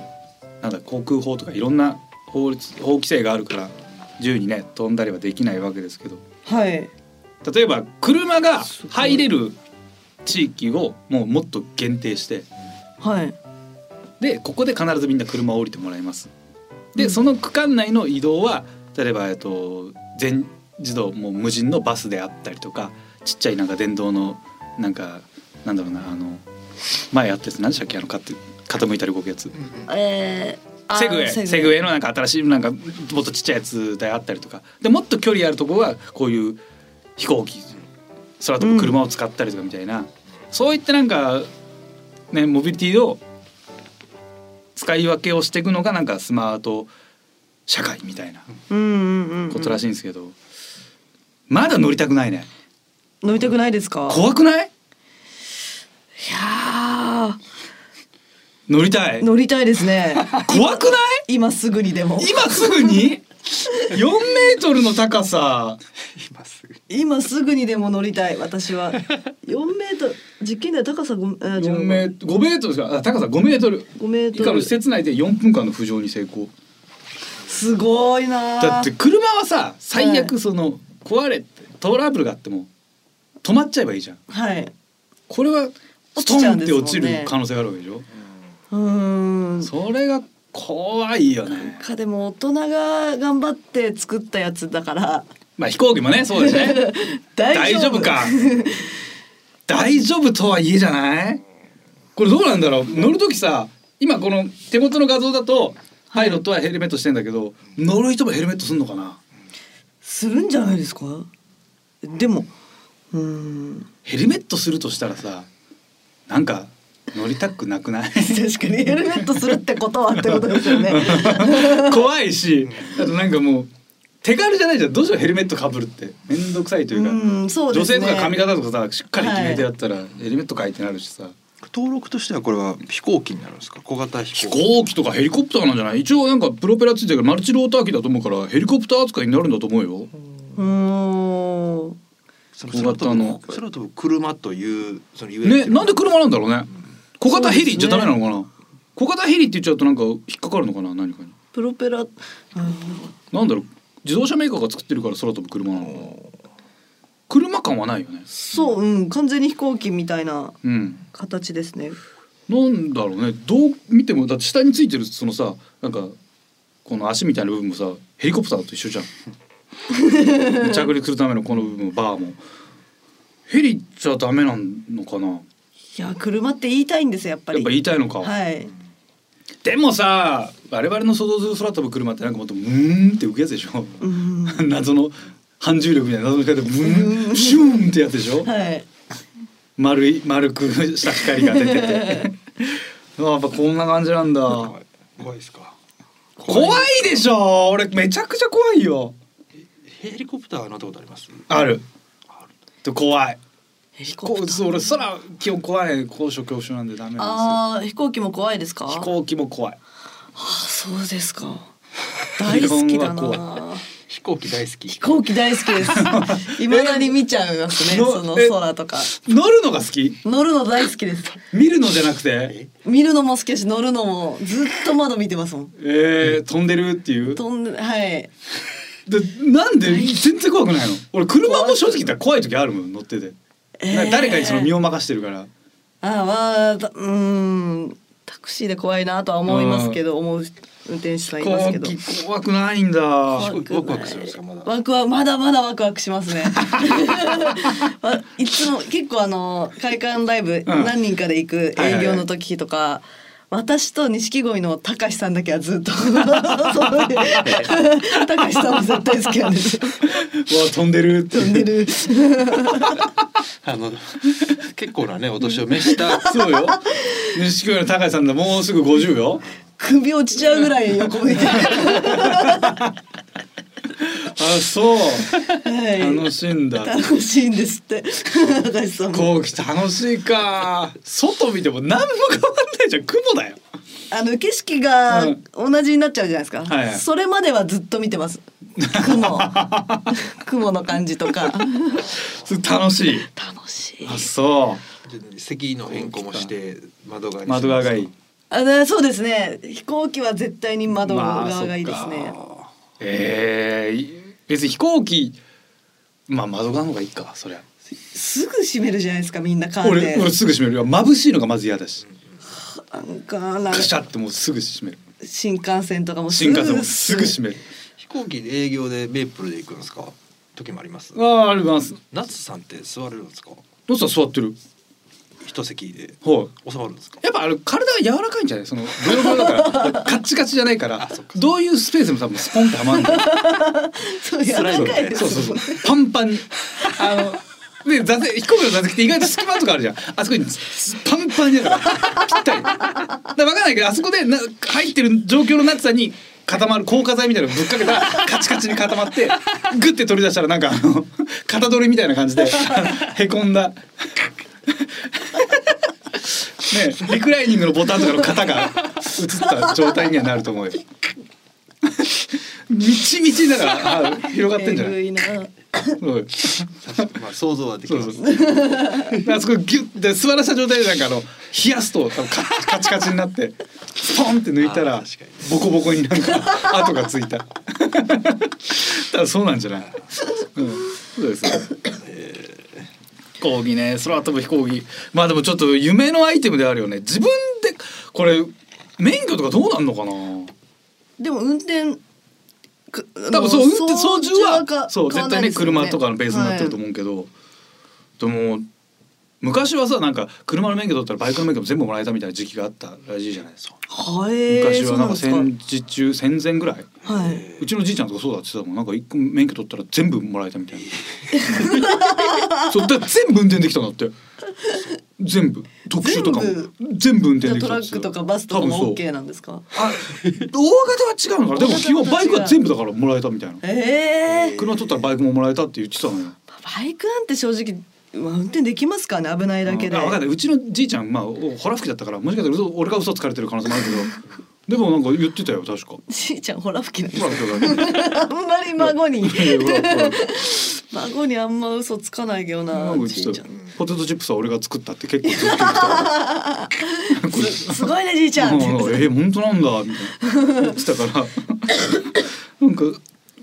C: なんだ航空法とかいろんな法律法規制があるから自由にね飛んだりはできないわけですけど
D: はい
C: 例えば車が入れる地域をもうもっと限定して
D: はい
C: でここで必ずみんな車を降りてもらいますでその区間内の移動は例えば、えっと、全自動もう無人のバスであったりとかちっちゃいなんか電動のなんかなんだろうなあの前あったやつ何でしたっけあのかって傾いたり動くやつ
D: えーあー
C: セグウェイセグウェイのなんか新しいなんかもっとちっちゃいやつであったりとかでもっと距離あるところはこういう飛行機空飛ぶ車を使ったりとかみたいな、そういったなんかねモビリティを使い分けをしていくのがなんかスマート社会みたいな
D: うんうんうん、うん、
C: ことらしいんですけど、まだ乗りたくないね
D: 乗りたくないですか
C: 怖くない
D: いや
C: 乗りたい
D: ー乗りたいですね
C: 怖くない
D: 今すぐにでも
C: 今すぐに4メートルの高さ
E: 今すぐ
D: 今すぐにでも乗りたい 私は4メートル実験では高さ 5, あ
C: 4
D: 15
C: メートル5メートルですかあ高さ5メートル
D: 5メー
C: 以
D: ト
C: 下の
D: ル
C: 施設内で4分間の浮上に成功
D: すごいなー
C: だって車はさ最
D: は
C: 悪その壊れてトラブルがあっても止まっちゃえばいいじゃん
D: はい
C: これはスト
D: 落ちちゃう
C: ン
D: ん
C: って
D: ですもん
C: 落
D: ね
C: ちる可能性があるわけでしょ
D: うーん
C: それが怖いよね
D: かでも大人が頑張って作ったやつだから
C: まあ飛行機もねそうですね
D: 大
C: 大
D: 丈
C: 丈
D: 夫
C: 夫か大丈夫とはいえじゃないこれどうなんだろう乗る時さ今この手元の画像だとパイロットはヘルメットしてんだけど、乗る人もヘルメットすんのかな
D: するんじゃないですかでもうーん
C: ヘルメットするとしたらさなんか乗りたくなくない
D: 確かにヘルメットするってことはってことですよね
C: 怖いしあとなんかもう手軽じゃないじゃんどうしようヘルメットかぶるって面倒くさいというか
D: うんそうで
C: 女
D: すね
C: 性とか髪型とかさしっかり決めてやったら、ヘルメットかいってなるしさ
E: 登録としてはこれは飛行機になるんですか小型飛
C: 飛
E: 行機
C: 行機とかヘリコプターなんじゃない一応なんかプロペラついてるからマルチローター機だと思うからヘリコプター扱いになるんだと思うよ
D: うーん
E: そ
C: 小型の
E: 空飛ぶ空飛ぶ車というその言
C: ねなんで車なんだろうね小型ヘリじゃダメなのかな、
D: そ
C: 小型ヘリって言っちゃうとなんか引っかかるのかな何かに
D: プロペラうーん
C: なんだろう自動車メーカーが作ってるから空飛ぶ車なのかな車感はないよね
D: そううん完全に飛行機みたいな
C: うん
D: 形ですね
C: なんだろうねどう見てもだって下についてるそのさなんかこの足みたいな部分もさヘリコプターと一緒じゃん 着陸するためのこの部分バーもヘリじゃダメなのかなやっ
D: いや車って言いたいんですよやっぱ
C: ぱ
D: り。
C: 言いたいのか、
D: はい。
C: でもさ我々の想像する空飛ぶ車ってなんかもっと「うーん」って浮くやつでしょ
D: うん。は
C: 謎の反重力みたいな謎の光で「うーん」「シューン」ってやつでしょ
D: い。
C: 丸い丸くした光が出 ててあやっぱこんな感じなんだ
E: 怖いですか
C: 怖いでしょ俺めちゃくちゃ怖いよ
E: ヘリコプターは乗ったことあります
C: あるで怖い
D: ヘリコ
C: こ
D: プ
C: う
D: ター。
C: そう俺空基本怖い高所恐怖症なんでダメなん
D: ああ飛行機も怖いですか。
C: ですよ飛行機も怖い
D: あそうで すか。大好きだ
C: 日本は
D: な。
E: 飛行機大好き
D: 飛行機大好き です。いまだに見ちゃいますね。
C: の
D: その
C: え
D: 空とか。
C: 乗るのが好き
D: 乗るの大好きです。
C: 見るのじゃなくて
D: 見るのも好きだし乗るのもずっと窓見てますもん。
C: えー、飛んでるっていう
D: 飛んではい。
C: でなんで全然怖くないの俺車も正直言ったら怖い時あるもん乗ってて、
D: えー
C: なんか誰かにその身を任してるから
D: ああまあだうーんタクシーで怖いなとは思いますけど、思う運転手さんいます
C: 怖
D: けど。
C: き怖くないんだ
E: 怖い
D: くない
E: ワクワクするんですかまだ
D: ワクワクまだまだワクワクしますね。 わいつも結構あの会館ライブ
C: うん
D: 何人かで行く
C: はいは
D: 営
C: いは
D: 業
C: い
D: の時とか。私と錦鯉の高橋さんだけはずっと高橋さんは絶対好きなんで す
C: うわ飛んでるって
D: 飛んでる
E: あの 結構なねお年を召した
C: そうよ錦鯉の高橋さんだもうすぐ50よ
D: 首落ちちゃうぐらい横向いて、は
C: あそう
D: い、
C: 楽しいんだ
D: 楽しいんですって高橋さん
C: 飛
D: も
C: 行機楽しいか外見ても何も変わんないじゃん雲だよ
D: あの景色が
C: うん
D: 同じになっちゃうじゃないですか、
C: はいはい
D: それまではずっと見てます 雲雲の感じとか
C: それ楽しい
D: 楽しい
C: あそ
E: 席の変更もして窓側
C: う
E: にしてます
C: 窓側がいい
D: あねそうですね飛行機は絶対に窓側がいいですね、
C: えーい、別に飛行機まあ窓側の方がいいかそりゃ
D: すぐ閉めるじゃないですかみんなカー
C: 俺
D: テ
C: 俺すぐ閉めるよ眩しいのがまず嫌だし
D: ンなんかなんか
C: カシャってもうすぐ閉める
D: 新幹線とかもす
C: 新
D: ぐ
C: 幹線もすぐ閉める
E: 飛行機で営業でメープルで行くんですか時もあります
C: あああります
E: ナツさんって座れるんですか
C: どうしたら座ってる
E: 一席で
C: はい
E: 収まるんですか
C: やっぱあれ体が柔らかいんじゃないそのブヨブヨだからカッチカチじゃないからどういうスペースでも多分スポンってはまんない
D: そう柔らかいです
C: そうそうそうパンパンにあので座席飛行機の座席って意外と隙間とかあるじゃんあそこにパンパンにだからぴったりだから分かんないけどあそこでな入ってる状況のなってさに固まる硬化剤みたいなのぶっかけたらカチカチに固まってグッて取り出したらなんかあの型取りみたいな感じであのへこんだ。ねリクライニングのボタンとかの型が映った状態にはなると思うよ。みちみちだからあ広がってんじゃない
D: えぐ。いな
C: うん
E: 確 かまあ想像はでき
C: そ
E: ま
C: う
E: す
C: そう。あそこギュッて座らせた状態でなんかあの冷やすと多分カチカチカチになってスポンって抜いた
E: あ
C: ら
E: ー確か
C: ボコボコになんか跡がつ いた。だからそうなんじゃない。うん、そうですね。飛行機ね空飛ぶ飛行機まあでもちょっと夢のアイテムであるよね自分でこれ免許とかどうなんのかな
D: でも運転く
C: 多分そう
D: あ
C: 運
D: の
C: 転操縦は
D: か
C: そう
D: 買わ
C: 絶対
D: ないで
C: ね
D: すよ
C: 車とかのベースになってると思うけど、でも昔はさなんか車の免許取ったらバイクの免許も全部もらえたみたいな時期があったらしいじゃないですか、
D: はいへー
C: 昔はなんか
D: そうな
C: 戦
D: んです
C: 時中戦前ぐらい
D: かはい。
C: うちのじいちゃんとかそうだって言ってたもんなんか一個免許取ったら全部もらえたみたいなそうだから全部運転できたんだって全部特殊とかも全部運
D: じ
C: 転
D: ゃ
C: できた
D: あトラ
C: っつっ
D: ッ
C: て
D: ク
C: た
D: とかバスとか
C: 多分そ
D: も
C: う
D: OK なんですか
C: あ大型は違うのかなでも基本バイクは全部だからもらえたみたいな
D: ええー
C: 車取ったらバイクももらえたって言ってたのよ
D: バイクなんて正直まあ運転できますかね危ないだけで、
C: あ分かんないうちのじいちゃんまあおホラ吹きだったからもしかしたら嘘俺が嘘つかれてる可能性もあるけどでもなんか言ってたよ確か。
D: じいちゃんほら吹きなんで
C: ホラ吹きだ からね
D: あんまり孫に
C: ほらほら
D: 孫にあんま嘘つかないけどな
C: なんか言っ
D: じ
C: て
D: い
C: た
D: ちゃ
C: よ
D: ん
C: ポテトチップスは俺が作ったって結構ずっと言ってたからこれ
D: すごいねじいちゃんって言っ
C: う
D: て
C: んえ本当なんだみたいな言ってたからなんか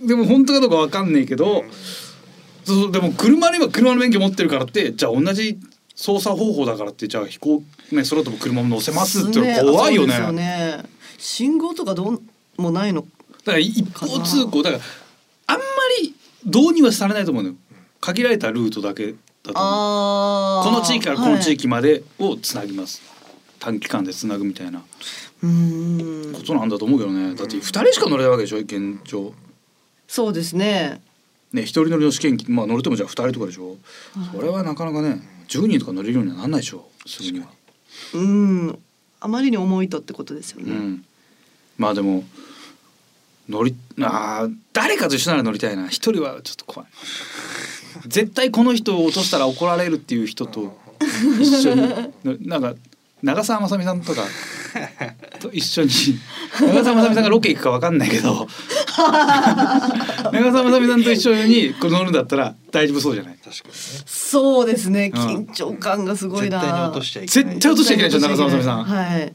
C: でも本当かどうかわかんねえけどそうそうでも車には車の免許持ってるからってじゃあ同じ操作方法だからってじゃあ飛行ね空飛ぶ車も乗せますってのは怖いよね
D: そうですよね信号とかどうもないの
C: だから一方通行だからあんまり導入はされないと思うのよ限られたルートだけだと思う
D: あ
C: この地域からこの地
D: 域、
C: 域までをつなぎます、短期間でつなぐみたいな
D: はい、うーん
C: ことなんだと思うけどねだって2人しか乗れないわけでしょ現状
D: そうですね
C: ね一人乗りの試験機まあ乗れてもじゃあ2人とかでしょそれはなかなかね10人とか乗れるようにはなんないでしょすぐには。
D: うんあまりに重いとってことですよ
C: う
D: ね、
C: ん、まあでも乗りあー誰かと一緒なら乗りたいな一人はちょっと 怖い絶対この人を落としたら怒られるっていう人と一緒 に乗りなんか長澤まさみさんとかと一緒に長澤まさみさんがロケ行くか分かんないけ ど長澤まさみさんと一緒にこう乗るんだったら大丈夫そうじゃない
E: 確かにね
D: そうですね
C: うん
D: 緊張感がすごい
E: 絶
D: な、
E: 対に落としちゃいけない
C: 絶対落としちゃいけないでしょ長澤まさみさん、
D: はい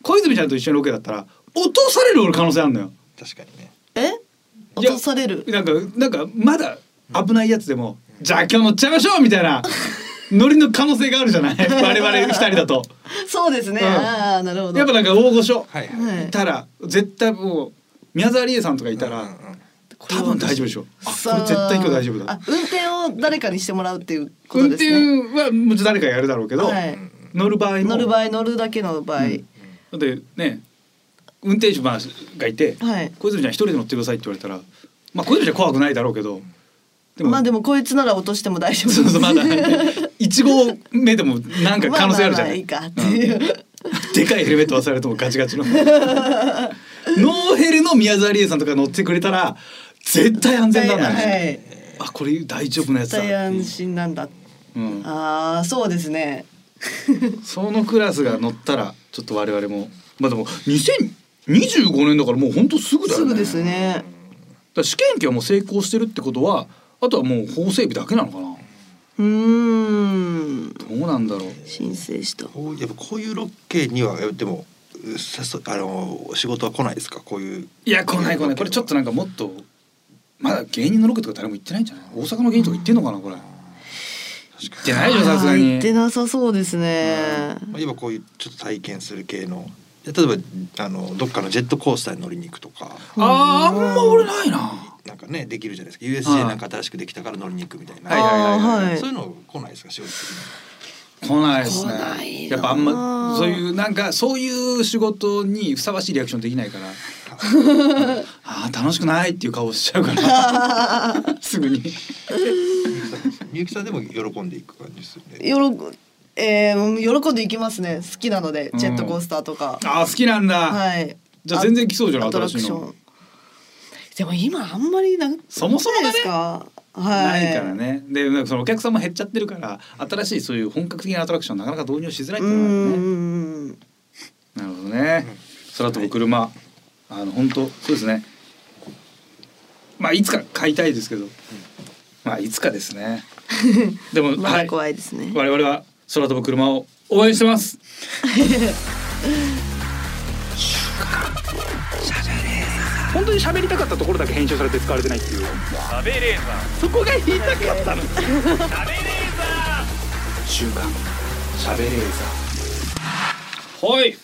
C: 小泉ちゃんと一緒にロケだったら落とされる可能性あるのよ
E: 確かにね
D: え
C: い
D: 落
C: や
D: とされる
C: なんかなんかまだ危ないやつでも、じゃあ今日乗っちゃいましょうみたいなノリの可能性があるじゃない我々二人だと
D: そうですね、
C: うん
D: ああなるほど
C: やっぱなんか大御所、
E: はいはい、
D: はい
C: い、たら絶対もう宮沢りえさんとかいたら、
E: うんうん
C: 多分大丈夫でしょあこ
D: さあ
C: れ絶対今日大丈夫だ
D: あ運転を誰かにしてもらうっていうこ
C: 運
D: とです
C: 転
D: ね
C: はもう誰かやるだろうけど、
D: はい
C: 乗る場合も
D: 乗る場合乗るだけの場合、
C: だってね運転手まあがいて、
D: はい
C: 小泉ちゃん一人で乗ってくださいって言われたらまあ小泉ちゃん怖くないだろうけどで
D: まあでもこいつなら落としても大丈夫
C: そうそうまだ一号目でもなんか可能性あるじゃない。
D: まあまあまあいいかっていう、
C: でかいヘルメット忘れるともうガチガチの。ノーヘルの宮沢りえさんとか乗ってくれたら絶対安全なんだ
D: は
C: ね。
D: い
C: あこれ大丈夫なやつ
D: 絶
C: だって
D: 対
C: いう
D: 安。心なんだ
C: うん、
D: ああそうですね
C: そのクラスが乗ったらちょっと我々もまあでも2025年だからもうほんとすぐだよ
D: す
C: ね。
D: ぐですね
C: だから試験機はもう成功してるってことはあとはもう法整備だけなのかな。
D: うーん
C: どうなんだろう。
D: 申請した
E: こうやっぱこういうロケにはでも誘あの仕事は来ないですかこういう
C: いや来ない来ないこれちょっとなんかもっとまだ芸人のロケとか誰も行ってないんじゃない大阪の芸人とか行ってんのかなこれ行ってないでしょさすが
D: あー行
C: に
D: ってなさそうですね
E: まあ、いわばこういうちょっと体験する系の例えばあのどっかのジェットコースターに乗りに行くとか
C: あーあんま俺ないな
E: なんかねできるじゃないですか USJ なんか新しくできたから乗りに行くみたいな、
C: はいはい
D: あー
E: そういうの来ないですか仕事的に
C: 来ないです
D: 来ない
C: ね
D: な
C: やっぱあんまそういうなんかそういう仕事にふさわしいリアクションできない からあー楽しくないっていう顔しちゃうから すぐに
E: みゆきさんでも喜んでいく感じですよ ね
D: よろえー、喜んでいきますね好きなので
C: うん
D: ジェットコースターとか、
C: あー好きなんだ、
D: はい
C: じゃあ全然来そうじゃない
D: アトラク
C: 新し
D: シ
C: い
D: ョ
C: の
D: ンでも今あんまりな
C: そもそもがね
D: ないですかはい
C: ないからねでなんかそのお客さんも減っちゃってるから新しいそういう本格的なアトラクションなかなか導入しづらいっ
D: う
C: ていうのがあるね
D: ん
C: なるほどね。空飛ぶ車、あの本当そうですね。まあいつか買いたいですけど、まあいつかです ね。でも、
D: ま
C: は
D: だ
C: い、
D: 怖いですね、
C: 我々は空飛ぶ車を応援してます。
A: 本当に喋りたかったところだけ編集されて使われてないっていう
H: 食べレーザー
A: そこが言いたかったの
H: 食べレーザー
A: 週刊喋れーザ
C: はい、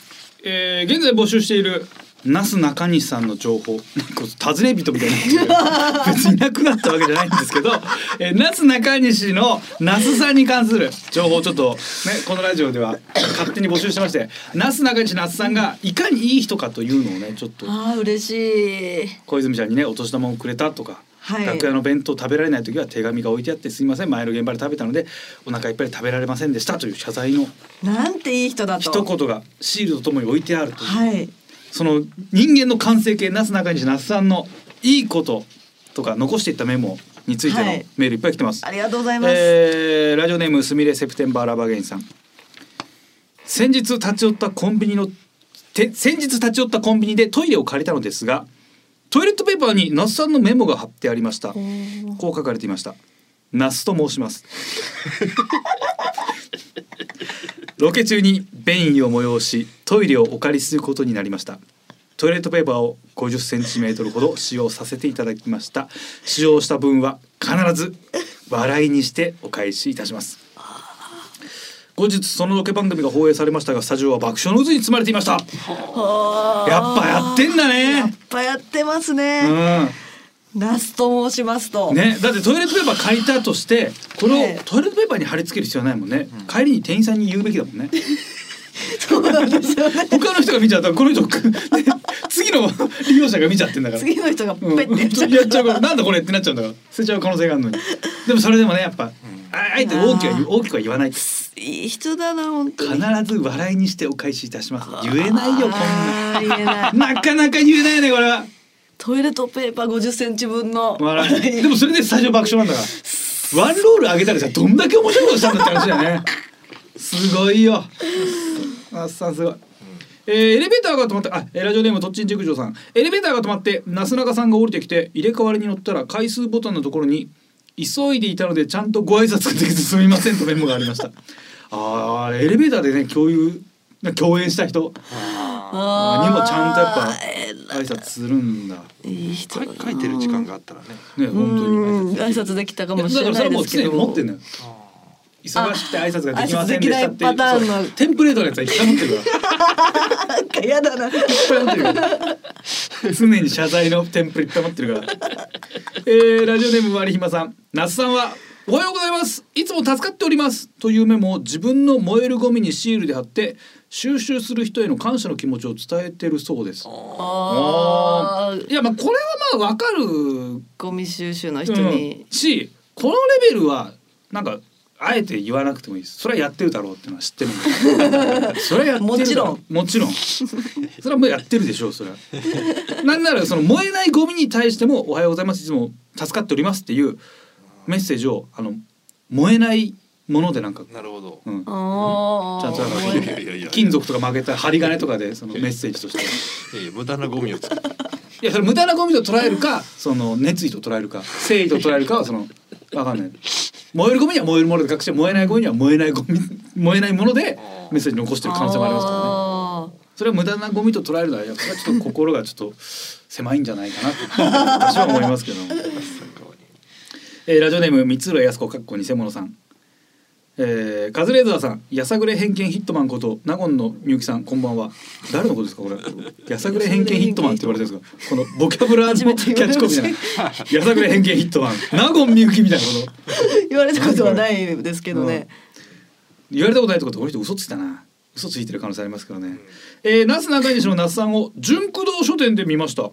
C: えー、現在募集している那須中西さんの情報 なんか尋ね人みたいになってる 別にいなくなったわけじゃないんですけど、えー、那須中西の那須さんに関する情報をちょっとねこのラジオでは勝手に募集してまして那須中西那須さんがいかにいい人かというのをねちょっと
D: ああ嬉しい
C: 小泉ちゃんにねお年玉をくれたとか、
D: はい
C: 楽屋の弁当食べられない時は手紙が置いてあってすいません前の現場で食べたのでお腹いっぱいで食べられませんでしたという謝罪の
D: なんていい人だと
C: 一言がシールとともに置いてあるという。
D: はい
C: その人間の完成形なすなかにし那須さんのいいこととか残していったメモについての
D: はい
C: メールいっぱい来てます。
D: ありがとうございます、
C: えーラジオネームすみれセプテンバーラバーゲインさん。先日立ち寄ったコンビニのて先日立ち寄ったコンビニでトイレを借りたのですが、トイレットペーパーに那須さんのメモが貼ってありました。こう書かれていました。那須と申します。ロケ中に便意を催しトイレをお借りすることになりましたトイレットペーパーを50センチメートルほど使用させていただきました使用した分は必ず笑いにしてお返しいたします後日そのロケ番組が放映されましたがスタジオは爆笑の渦に包まれていましたやっぱやってんだ
D: やっ
C: ね
D: ぱやってますね。ラスと申しますと。
C: うんねだってトイレットペーパー借りたとしてこれ
D: え
C: を
D: え
C: トイレットペーパーに貼り付ける必要ないもんね、帰りに店員さんに言うべきだもんね
D: そうなんです よね。
C: 他の人が見ちゃったらこの人ね次の利用者が見ちゃってんだから
D: 次の人がペ
C: うん
D: ッてやっちゃう。
C: やっちゃうからなんだこれってなっちゃうんだから捨てちゃう可能性があるのにでもそれでもねやっぱ、ああえて大きくは言う大きくは言わない必
D: いい人だな本当に。
C: ず笑いにしてお返しいたします言えないよこん
D: あーありえない。
C: ななかなか言えないねこれは
D: トイレットペーパー50センチ分の。
C: 笑いでもそれでスタジオ爆笑なんだから ワンロール上げたらさどんだけ面白いことしたんだって話だよねすごいよあっさんすごいえーエレベーターが止まったあえーラジオネームとっちん熟女さんエレベーターが止まってなすなかさんが降りてきて入れ替わりに乗ったら回数ボタンのところに「急いでいたのでちゃんとご挨拶ができずすみません」とメモがありました あーエレベーターでね共有共演した人
D: あー
C: にもちゃんとやっぱ挨拶するんだ
D: いい人
E: 書
D: だ
E: い
D: な。
E: 書いてる時間があったらね
C: ね
D: う
C: 本当に
D: ん挨拶できたか
C: いやだ
D: もし
C: か
D: れ
C: らそ
D: な
C: れ
D: い
C: はも
D: で
C: う
D: すけ
C: 常
D: ど
C: に持ってんのよ忙しくて挨拶ができませんでしたってい
D: あ挨拶できないうパターンの
C: そうテンプレートのやつはいっぱい持ってるから
D: なんかやだ
C: い
D: な。
C: っぱい持ってるから常に謝罪のテンプレいっぱい持ってるからえーラジオネーム割りひまさん那須さんはおはようございますいつも助かっておりますというメモを自分の燃えるゴミにシールで貼って収集する人への感謝の気持ちを伝えてるそうです
D: あー
C: いやまあこれはまあわかる
D: ゴミ収集の人
C: う
D: に
C: ん、。しこのレベルはなんかあえて言わなくてもいいですそれはやってるだろうっていうのは知ってるん だそれはやってるだろう
D: もちろん
C: もちろんそれはもうやってるでしょうそれはなんならその燃えないゴミに対しても「おはようございますいつも助かっております」っていうメッセージをあの燃えないものでなんか、
E: なるほど
C: うん、ち
D: あ
C: ゃんとなんか
E: 燃えないいやいやいや
C: 金属とか曲げた針金とかでそのメッセージとして
E: いやいや無駄なゴミを作る
C: いやそれ無駄なゴミと捉えるかその熱意と捉えるか誠意と捉えるかはそのわかんない燃えるゴミには燃えるもので隠して燃えないゴミには燃えないゴミ燃えないものでメッセージ残してる可能性もありますからね
D: あ
C: それは無駄なゴミと捉えるのはやっぱりちょっと心がちょっと狭いんじゃないかなと私は思いますけども、えーラジオネーム三浦靖子かっこ偽物さんえー、カズレーザーさん、やさぐれ偏見ヒットマンこと、納言のみゆきさん、こんばんは。誰のことですか、これ。やさぐれ偏見ヒットマンって言われてるんですか。このボキャブラのキ
D: 初
C: ャ
D: め
C: ッ
D: て
C: チ
D: 言われま
C: コピー
D: し
C: じゃ
D: た
C: ない。やさぐれ偏見ヒットマン、納言みゆきみたいなこと。
D: ー言われたことはないですけどね。
C: 言われたことないってことは、この人嘘ついたな。嘘ついてる可能性ありますからね。えー、なすなかにしの那須さんを、純駆動書店で見ました。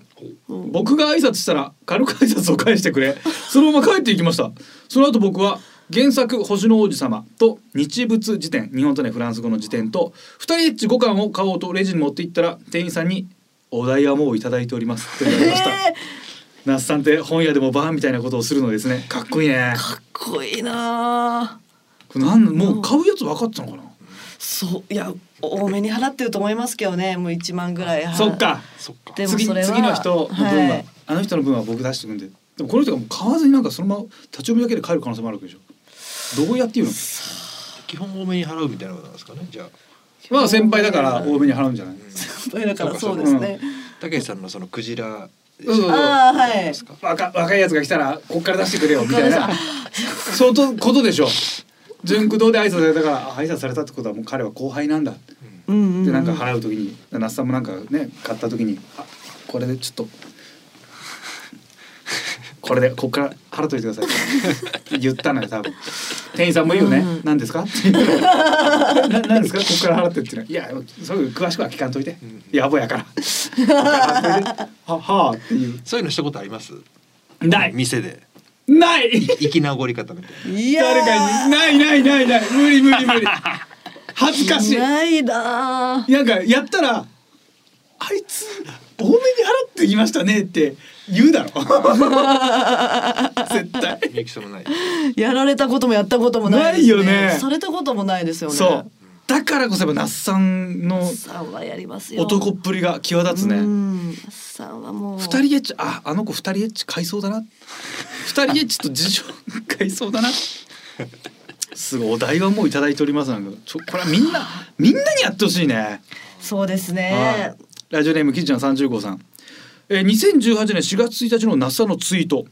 C: 僕が挨拶したら、軽く挨拶を返してくれ。そのまま帰っていきました。その後、僕は。原作「星の王子様」と日仏辞典日本とねフランス語の辞典と2人エッチ5巻を買おうとレジに持って行ったら店員さんに「お代はもういただいております」って言われました。那須さんって本屋でもバーンみたいなことをするのですねかっこいいね
D: かっこいいなー。
C: これなんもう買うやつ分かってたのかな、
D: そういや多めに払ってると思いますけどね。もう一万ぐらい払
C: そっ。か
E: そっか
D: でも
C: 次
D: それは
C: 次の人の分は、
D: はい
C: あの人の分は僕出してくんででもこの人がもう買わずになんかそのまま立ち読みだけで帰る可能性もあるわけでしょどうやって言うの
E: 基本多めに払うみたいなことなんですかねじゃあ
C: まあ先輩だから多めに払うんじゃない、
D: だからそうですね。
E: たけしさんのそのクジラ
C: そうそうそう
D: ああはい。
C: 若若いやつが来たらこっから出してくれよみたいな相当ことでしょ純駆動で挨拶されたからあ挨拶されたってことはもう彼は後輩なんだ
D: うんうん
C: でなんか払う時に那須さんもなんかね買った時にあこれでちょっとこれでこっから払っといてくださいって言ったのよ多分店員さんもいいよね、
D: うんうん
C: 何ですかって言うからな何ですかこっから払ってって言うのいやそういう詳しくは聞かんといて、野暮や からははあっていう
E: そういうのしたことあります
C: ない
E: 店で
C: ない
E: 生き残り方みたい
D: いやー
C: 誰かにないないないない無理無理無理恥ずかしい
D: ないなー。
C: なんかやったら「あいつ多めに払ってきましたね」って言 うだろ絶対
E: なみゆきさんもない
D: やられたこともやったこともな
C: な
D: いです、
C: いよね
D: されたこともないですよね。
C: そうだからこそやっぱ那須さんの
D: さんはやりますよ。
C: 男っぷりが際立つ
D: う
C: ね
D: ん。さんはもう。
C: 二人エッチああの子二人エッチ買いそうだな二人エッチと事情買いそうだなすごいお題はもういただいておりますなんかちょこれはみんなみんなにやってほしいね
D: そうです
C: は
D: ね。
C: いラジオネームキッチン三十号さん。えー2018年4月1日の那須さんのツイート。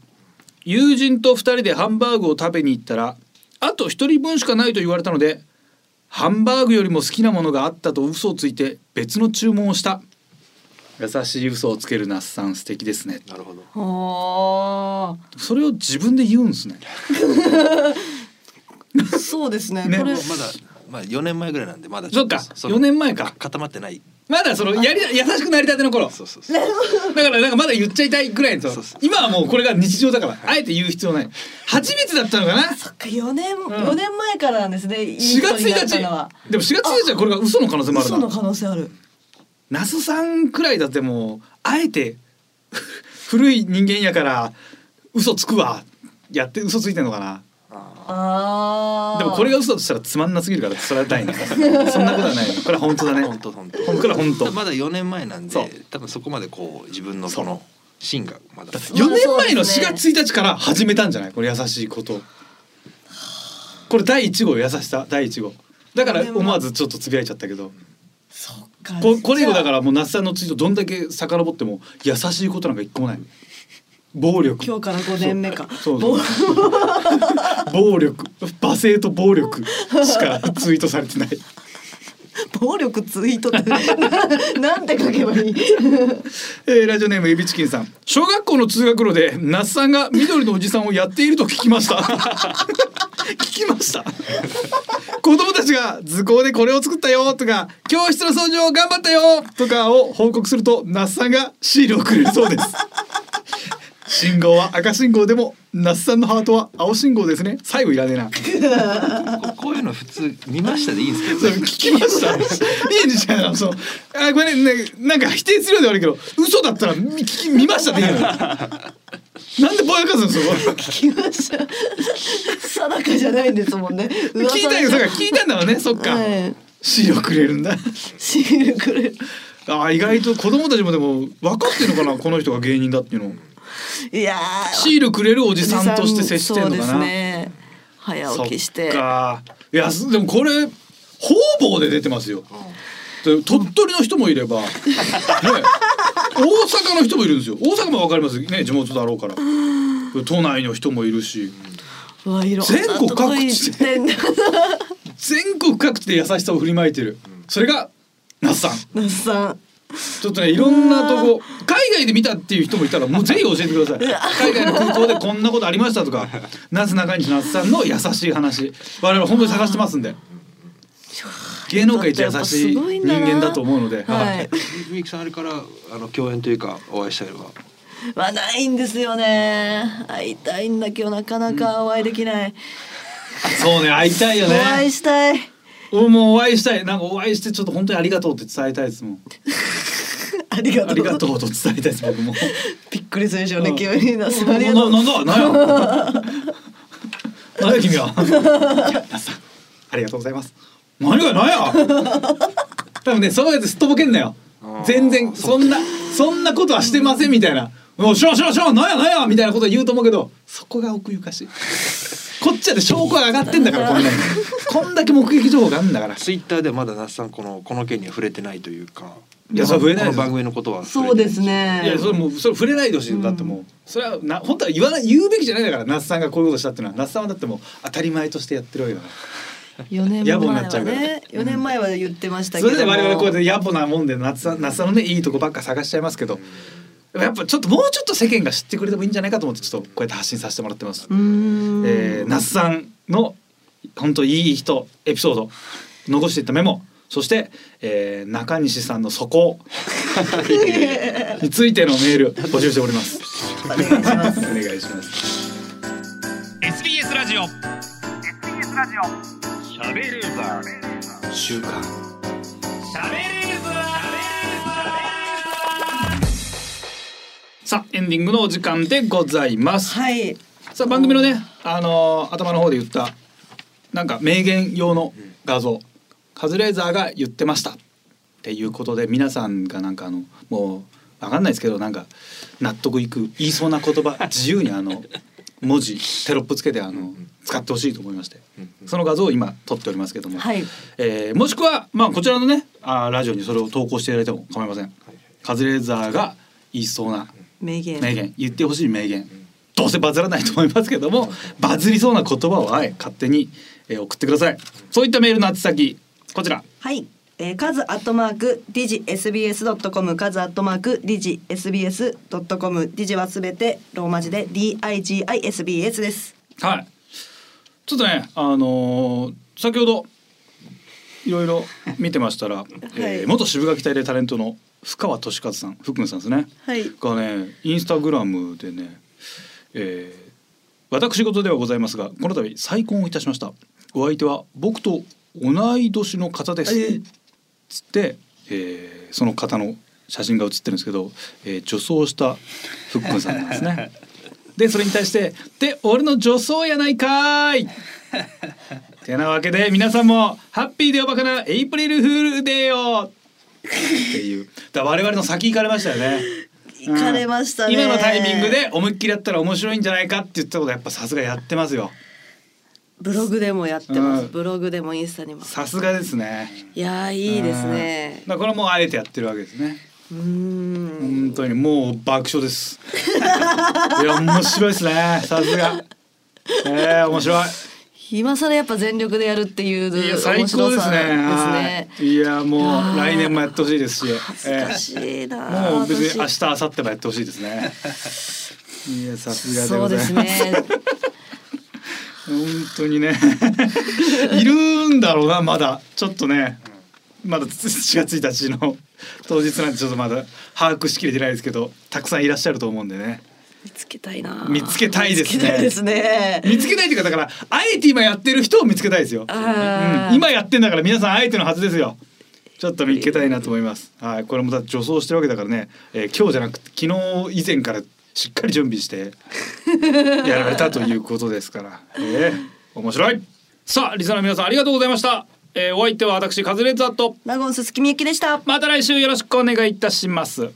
C: 友人と2人でハンバーグを食べに行ったら、あと1人分しかないと言われたので、ハンバーグよりも好きなものがあったと嘘をついて別の注文をした優しい嘘をつける那須さん素敵ですね
E: なるほど。
D: あ
C: それを自分で言うんですね
D: あ、そうですね。
C: ね
D: これ
E: まあまだまあ四年前ぐらいなんでまだち
C: そ
E: ょ
C: っ
E: と
C: か
E: の
C: 4年前か
E: 固まってない。
C: まだそのやり優しくなりたての頃
E: そうそうそう。
C: だからなんかまだ言っちゃいたいぐらいの
E: そうそう
C: 今はもうこれが日常だからあえて言う必要ない初めてだったのかな
D: そっか 四年四年前からなんですね。4
C: 4月1日でも4月1日はこれが嘘の可能性もある
D: 嘘の
C: な
D: 可能性ある。
C: 那須さんくらいだってもうあえて 古い人間やから嘘つくわやって嘘ついてんのかな
D: ああ。
C: でもこれが嘘だとしたらつまんなすぎるからそれは大ねそんなことはないこれは本当だね
E: 本当本当。
C: これは本当
E: まだ四年前なんで
C: そう、
E: 多分そこまでこう自分のその芯がまだ。
C: 4年前の4月1日から始めたんじゃないこれ優しいことこれ第1号よ優しさ第1号だから思わずちょっとつぶやいちゃったけど
D: そっか。。
C: ここれ以後だかららもう那須さんのツイートどんだけ遡っても優しいことなんか一個もない暴力
D: 今日から五年目か。
C: そうそう暴力罵声と暴力しかツイートされてない
D: 暴力ツイートってな なんて書けば いい。
C: えーラジオネームエビチキンさん小学校の通学路で那須さんが緑のおじさんをやっていると聞きました 聞きました子供たちが図工でこれを作ったよとか教室の掃除を頑張ったよとかを報告すると那須さんがシールをくれるそうです信号は赤信号でも那須さんのハートは青信号ですね最後いらねえな
E: ここういうの普通見ましたでいいんです
C: そ
E: け
C: れ
E: ど
C: 聞。きました。いいじゃんあのそう。あごめんねななんか否定するようで悪いけど嘘だったらみ聞き見ましたって言うの。なんでぼやかすのそこ。
D: 聞きました。定かじゃないんですもんね。
C: 聞いたよそ
D: 噂
C: っか聞
D: で
C: いたんだろうねそっか。
D: はい
C: 資料くれるんだ。
D: シールくれる。
C: あー意外と子供たちもでも分かってるのかなこの人が芸人だっていうの。
D: いやー。
C: シールくれるおじさんとして接してるのかな。
D: そうですね。早起きして
C: そっ。かいやすでもこれ方々で出てますよ、で鳥取の人もいれば、ね、大阪の人もいるんですよ大阪もわかりますね地元だろうから都内の人もいるし
D: うわいろんなとこ行ってんだ。
C: 全国各地で優しさを振りまいてるそれが那須さん
D: 那須さん。
C: ちょっとねいろんなとこ海外で見たっていう人もいたらもうぜひ教えてください海外の空港でこんなことありましたと か那須中西那須さんの優しい話我々本当に探してますんで芸能界一優しい人間だと思うので、
D: はい。
E: みゆきさんあれからあの共演というかお会いしたりは。
D: はないんですよね。会いたいんだけどなかなかお会いできない。
C: そうね会いたいよ
D: お会
C: ね
D: いしたい。
C: 俺もお会いしたいなんかお会いしてちょっと本当にありがとうって伝えたいですもん
D: ありが と
C: あ
D: う。
C: りがとうと伝えたいです僕も
D: びっくりするでしょうね。急に那須さんあり
C: な
D: がとう。
C: なんだなんやなんや君は 那須さんありがとうございます何がなんや多分ねそういうやつすっとぼけんなよ全然そんなそんなことはしてませんみたいな「もうしょうしょうしょうなんやなんや」みたいなこと言うと思うけどそこが奥ゆかしいこっちだって証拠が上がってんだからこんなにこんだけ目撃情報があるんだから
E: ツイッターでまだ那須さんこのこの件には触れてないというか。
C: いやそれ触れない
E: こ
C: です
E: の番組のことは
D: そう
E: 触れ
D: です
E: てない。
D: ね。
C: いやそれもうそれ触れないでほしい、だってもうそれはな本当は言わない言うべきじゃないだから那須さんがこういうことしたっていうのは那須さんはだってもう当たり前としてやってるわけだから。
D: 四年前
C: 野暮になっちゃ
D: は
C: うから
D: ね。四年前は言ってましたけ
C: そ
D: ど
C: れ
D: も。
C: で我々こうやって野暮なもんで夏さ夏さんのねいいとこばっか探しちゃいますけど、やっぱちょっともうちょっと世間が知ってくれてもいいんじゃないかと思ってちょっとこうやって発信させてもらってます。
D: うーん。
C: えー、那須さんの本当いい人エピソード残していったメモそして、えー、中西さんの素行についてのメール募集しております。お願いします。お願いします。
B: SBS ラジオしゃべれー
C: さあエンディングのお時間でございます。
D: はい。
C: さあ番組のね、あのー頭の方で言ったなんか名言用の画像、カズレーザーが言ってましたっていうことで皆さんがなんかあのもうわかんないですけどなんか納得いく言いそうな言葉自由にあの文字テロップつけてあの使ってほしいと思いましてその画像を今撮っておりますけども、
D: はい
C: えーもしくはまあこちらのねあーラジオにそれを投稿していただいても構いません。カズレーザーが言いそうな
D: 名言。
C: 名言言ってほしい名言、どうせバズらないと思いますけどもバズりそうな言葉をはい勝手に、えー送ってくださいそういったメールの宛先こちら
D: はい。えー、カズアットマークディジ SBS ドットコムカズアットマークディジ SBS ドットコムディジはすべてローマ字で D I G I S B S です。
C: はいちょっとねあのー先ほどいろいろ見てましたら、 えー元渋垣隊でタレントの深川俊和さん福君さんですね、
D: はい
C: がねインスタグラムでね、えー私事ではございますがこの度再婚をいたしましたお相手は僕と同い年の方です、つって、えーその方の写真が写ってるんですけど、えー女装したふっくんさんなんですね。でそれに対して「で俺の女装やないかーい!」てなわけで皆さんもハッピーでおバカなエイプリルフールデーよっていうだから我々の先行かれましたよね。
D: 行かれましたね
C: 今のタイミングで思いっきりやったら面白いんじゃないかって言ったことはやっぱさすがやってますよ。
D: ブログでもやってます。
C: うん
D: ブログでもインスタにも。
C: さすがですね。
D: いやーいいですね
C: うん。だからこれはもうあえてやってるわけですね。
D: うーん。
C: 本当にもう爆笑です。 いや面白いですね。さすが。えー、面白い。
D: 今更やっぱ全力でやるっていう
C: い
D: 面
C: や
D: 白さで
C: 最
D: す
C: 高ですね。
D: ね。
C: はいいやも
D: あー
C: う来年もやってほしいですし。
D: 恥ずかしいなー、
C: えーもう別に明
D: 私
C: 日明後日もやってほしいですね。いやさすがで
D: そ
C: ご
D: う
C: ざい
D: で
C: ますす。
D: ね。
C: 本当にね いるんだろうなまだちょっとねまだ4月1日の当日なんてちょっとまだ把握しきれてないですけどたくさんいらっしゃると思うんでね
D: 見つけたいなー。
C: 見つけたいですね
D: 見つけたいですね。
C: 見つけたいというかだからあえて今やってる人を見つけたいですよ、う
D: あー
C: ん、今やってんだから皆さんあえてのはずですよちょっと見つけたいなと思います、はいこれもだって女装してるわけだからね、えー今日じゃなくて昨日以前からしっかり準備して やられたということですから、えー面白い
I: さあリスナーの皆さんありがとうございました、えー、お相手は私カズレーザーと
D: ラゴンススキミユキでした。
I: また来週よろしくお願いいたします